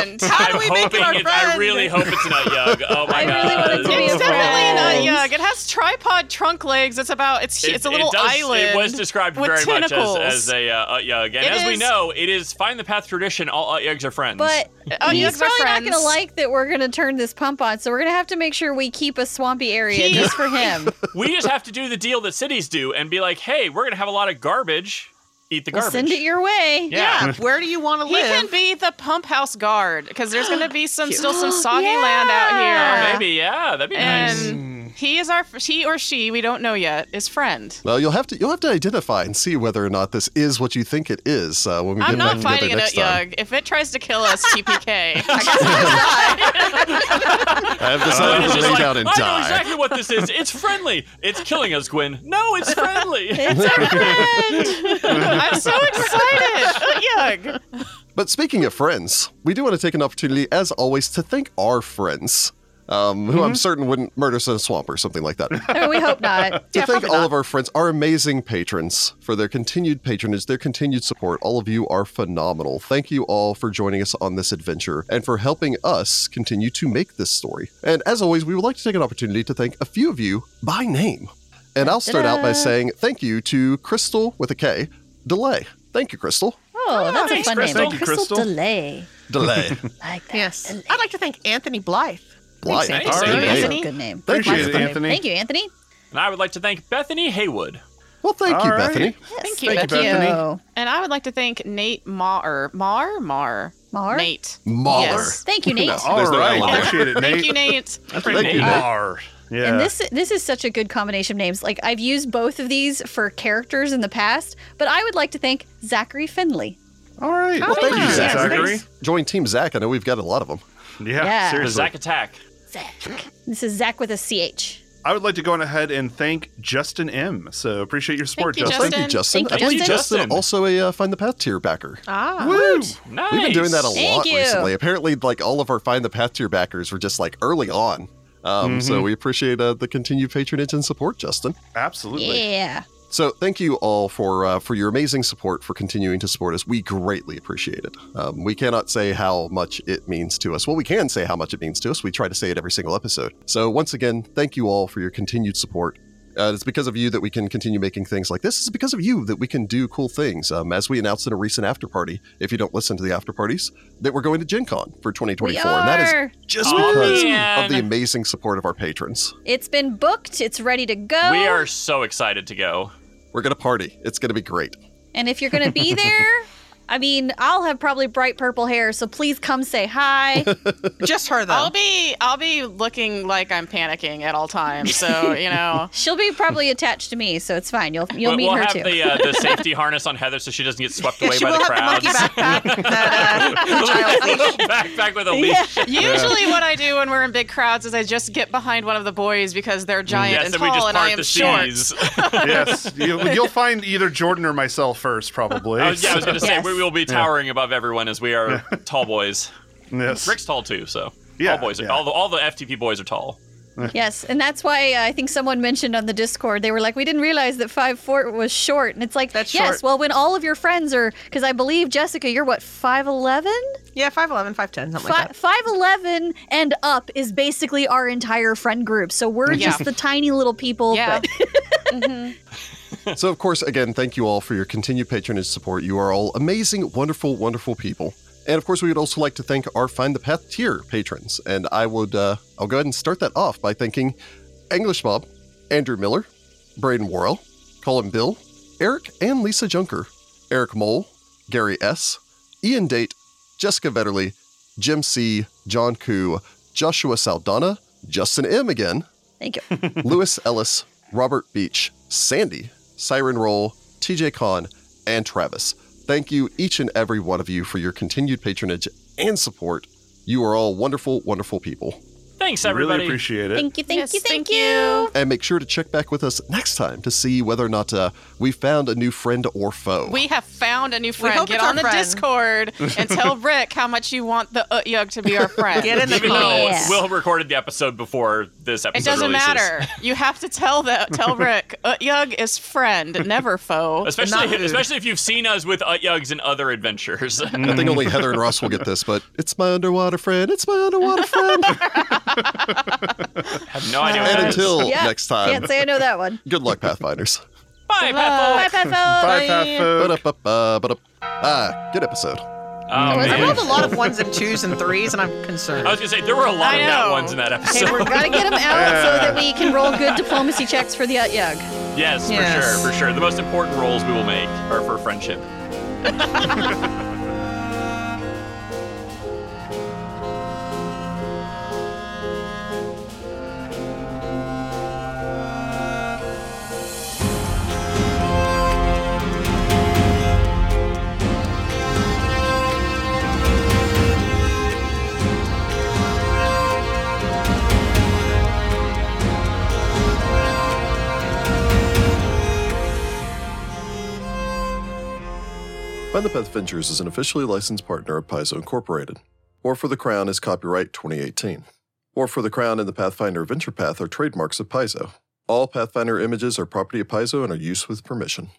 Ocean friend. How do we I'm make hoping it our it- I friend? really hope it's not Yug. Oh my I god. really want it to be It's a friend. definitely not Friends. Yug. It has tripod trunk legs. It's about it's It- it's a little it does, island. It was described with very tentacles. much as, as a uh, Yug. And It as we is- know, it is Find the Path tradition, all Yugs are friends. But Oh, he's Yugs are probably not friends. gonna like that we're gonna turn this pump on, so we're gonna have to make sure we keep a swampy area He- just for him. we just have to do the deal that cities do and be like, hey, we're going to have a lot of garbage. Eat the We'll garbage. send it your way. yeah. Yeah, Where do you want to He can live? be the pump house guard because there's going to be some still some soggy land out Yeah. here. Or Uh, maybe, yeah, that'd be nice. Mm. And he is our he or she we don't know yet is friend. Well, you'll have to you'll have to identify and see whether or not this is what you think it is uh, when we I'm get not back fighting together next it, time. Yug. If it tries to kill us, TPK. I've Gwen decided is to just lay like, down and I know die. exactly what this is. It's friendly. It's killing us, Gwen. No, it's friendly. It's a friend. I'm so excited, Yug. But speaking of friends, we do want to take an opportunity, as always, to thank our friends, um, who Mm-hmm. I'm certain wouldn't murder us in a swamp or something like that. to Oh, we hope not. thank all of our friends, our amazing patrons, for their continued patronage, their continued support. All of you are phenomenal. Thank you all for joining us on this adventure and for helping us continue to make this story. And as always, we would like to take an opportunity to thank a few of you by name. And I'll start out by Ta-da. saying thank you to Crystal with a K, Delay. Thank you, Crystal. Oh, that's thanks, a fun Crystal. name. Thank you, Crystal. Delay. Delay. Like that. Yes. Delay. I'd like to thank Anthony Blythe. Blythe. Thanks, All right, Anthony. there. That's a good name. Appreciate it, Awesome. Anthony. Thank you, Anthony. and I would like to thank Bethany Haywood. Well, thank you, All right. Bethany. Thank Yes. you. Thank you, Bethany. And I would like to thank Nate Mar. Mar? Mar. Mar? Nate. Mahler. Yes. Thank you, Nate. No. All There's no right. L in there. Appreciate it, Nate. Thank you, Nate. Pretty Thank you, neat. Nate. Bar. Yeah. And this this is such a good combination of names. Like I've used both of these for characters in the past, but I would like to thank Zachary Finley. All right. Oh, thank you, yeah, Zachary. thanks. Join Team Zach. I know we've got a lot of them. Yeah, Yeah. The seriously. Zack attack. Zach. This is Zach with a CH. I would like to go on ahead and thank Justin M. So appreciate your support, you, Justin. Thank you, Justin. Thank I you, believe Justin. Justin, also a uh, Find the Path tier backer. Ah. Woo! Nice. We've been doing that a Thank lot you. recently. Apparently, like all of our Find the Path tier backers were just like early on. Um, So we appreciate uh, the continued patronage and support, Justin. Absolutely. Yeah. So thank you all for uh, for your amazing support for continuing to support us. We greatly appreciate it. Um, we cannot say how much it means to us. Well, we can say how much it means to us. We try to say it every single episode. So once again, thank you all for your continued support. Uh, it's because of you that we can continue making things like this. It's because of you that we can do cool things. Um, as we announced in a recent after party, if you don't listen to the after parties, that we're going to Gen Con for 2024. We And that is are. just Oh, because man. of the amazing support of our patrons. It's been booked. It's ready to go. We are so excited to go. We're going to party. It's going to be great. And if you're going to be there, I mean, I'll have probably bright purple hair, so please come say hi. Just her though. I'll be I'll be looking like I'm panicking at all times. So you know, She'll be probably attached to me, so it's fine. You'll you'll But meet we'll her have too. the uh, the safety harness on Heather so she doesn't get swept yeah, away she by will the have crowds. the monkey backpack. that, uh, the child's leash. Little backpack with a leash. usually what I do when we're in big crowds is I just get behind one of the boys because they're giant Mm. Yes, and and tall, we just and I part am the short. seas. yes. You, will find either Jordan or myself first, probably. I was, Oh, yeah, I was going to say, Yes. we will be towering above everyone as we are tall boys. Yes. Rick's tall too, so. Yeah, all boys are, yeah. all, the, all the FTP boys are tall. Yes, and that's why uh, I think someone mentioned on the Discord they were like, we didn't realize that five four was short, and it's like, That's yes. short. Well, when all of your friends are, because I believe Jessica, you're what five eleven. Yeah, 5'11, 5'10, something like that. Five eleven and up is basically our entire friend group. So we're Yeah. just the tiny little people. Yeah. but- So, of course, again, thank you all for your continued patronage support. You are all amazing, wonderful, wonderful people. And of course, we would also like to thank our Find the Path tier patrons. And I would, uh, I'll go ahead and start that off by thanking English Bob, Andrew Miller, Braden Worrell, Colin Bill, Eric and Lisa Junker, Eric Mole, Gary S., Ian Date, Jessica Vetterly, Jim C., John Koo, Joshua Saldana, Justin M. again, Thank you. Lewis Ellis, Robert Beach, Sandy, Siren Roll, TJ Kahn, and Travis. Thank you, each and every one of you, for your continued patronage and support. You are all wonderful, wonderful people. Thanks, everybody. really appreciate it. Thank you. Thank Yes, you. Thank, thank you. you. And make sure to check back with us next time to see whether or not uh, we found a new friend or foe. We have found a new friend. hope Get it's our on the friend. Discord and tell Rick how much you want the Utyug to be our friend. Get in the Even car. though Yeah. Will recorded the episode before this episode It doesn't releases. matter. You have to tell the tell Rick Utyug is friend, never foe. Especially, Not- especially if you've seen us with Utyugs and other adventures. I think only Heather and Ross will get this, but it's my underwater friend. It's my underwater friend. have no idea. What and that is. until Yeah. next time, Can't say I know that one. good luck, Pathfinders. bye, Bethel. Bye, Pat Bye, Pat folk. Ba-da-ba-ba, ba-da- Ah, good episode. Oh, I man. rolled a lot of ones and twos and threes, and I'm concerned. I was gonna say there were a lot I of nat know. ones in that Okay, episode. we're gonna get him out so that we can roll good diplomacy checks for the uh, Ut Yug. yes, Yes. for sure, for sure. The most important roles we will make are for friendship. Find the Path Ventures is an officially licensed partner of Paizo Incorporated. War for the Crown is copyright 2018. War for the Crown and the Pathfinder Venture Path are trademarks of Paizo. All Pathfinder images are property of Paizo and are used with permission.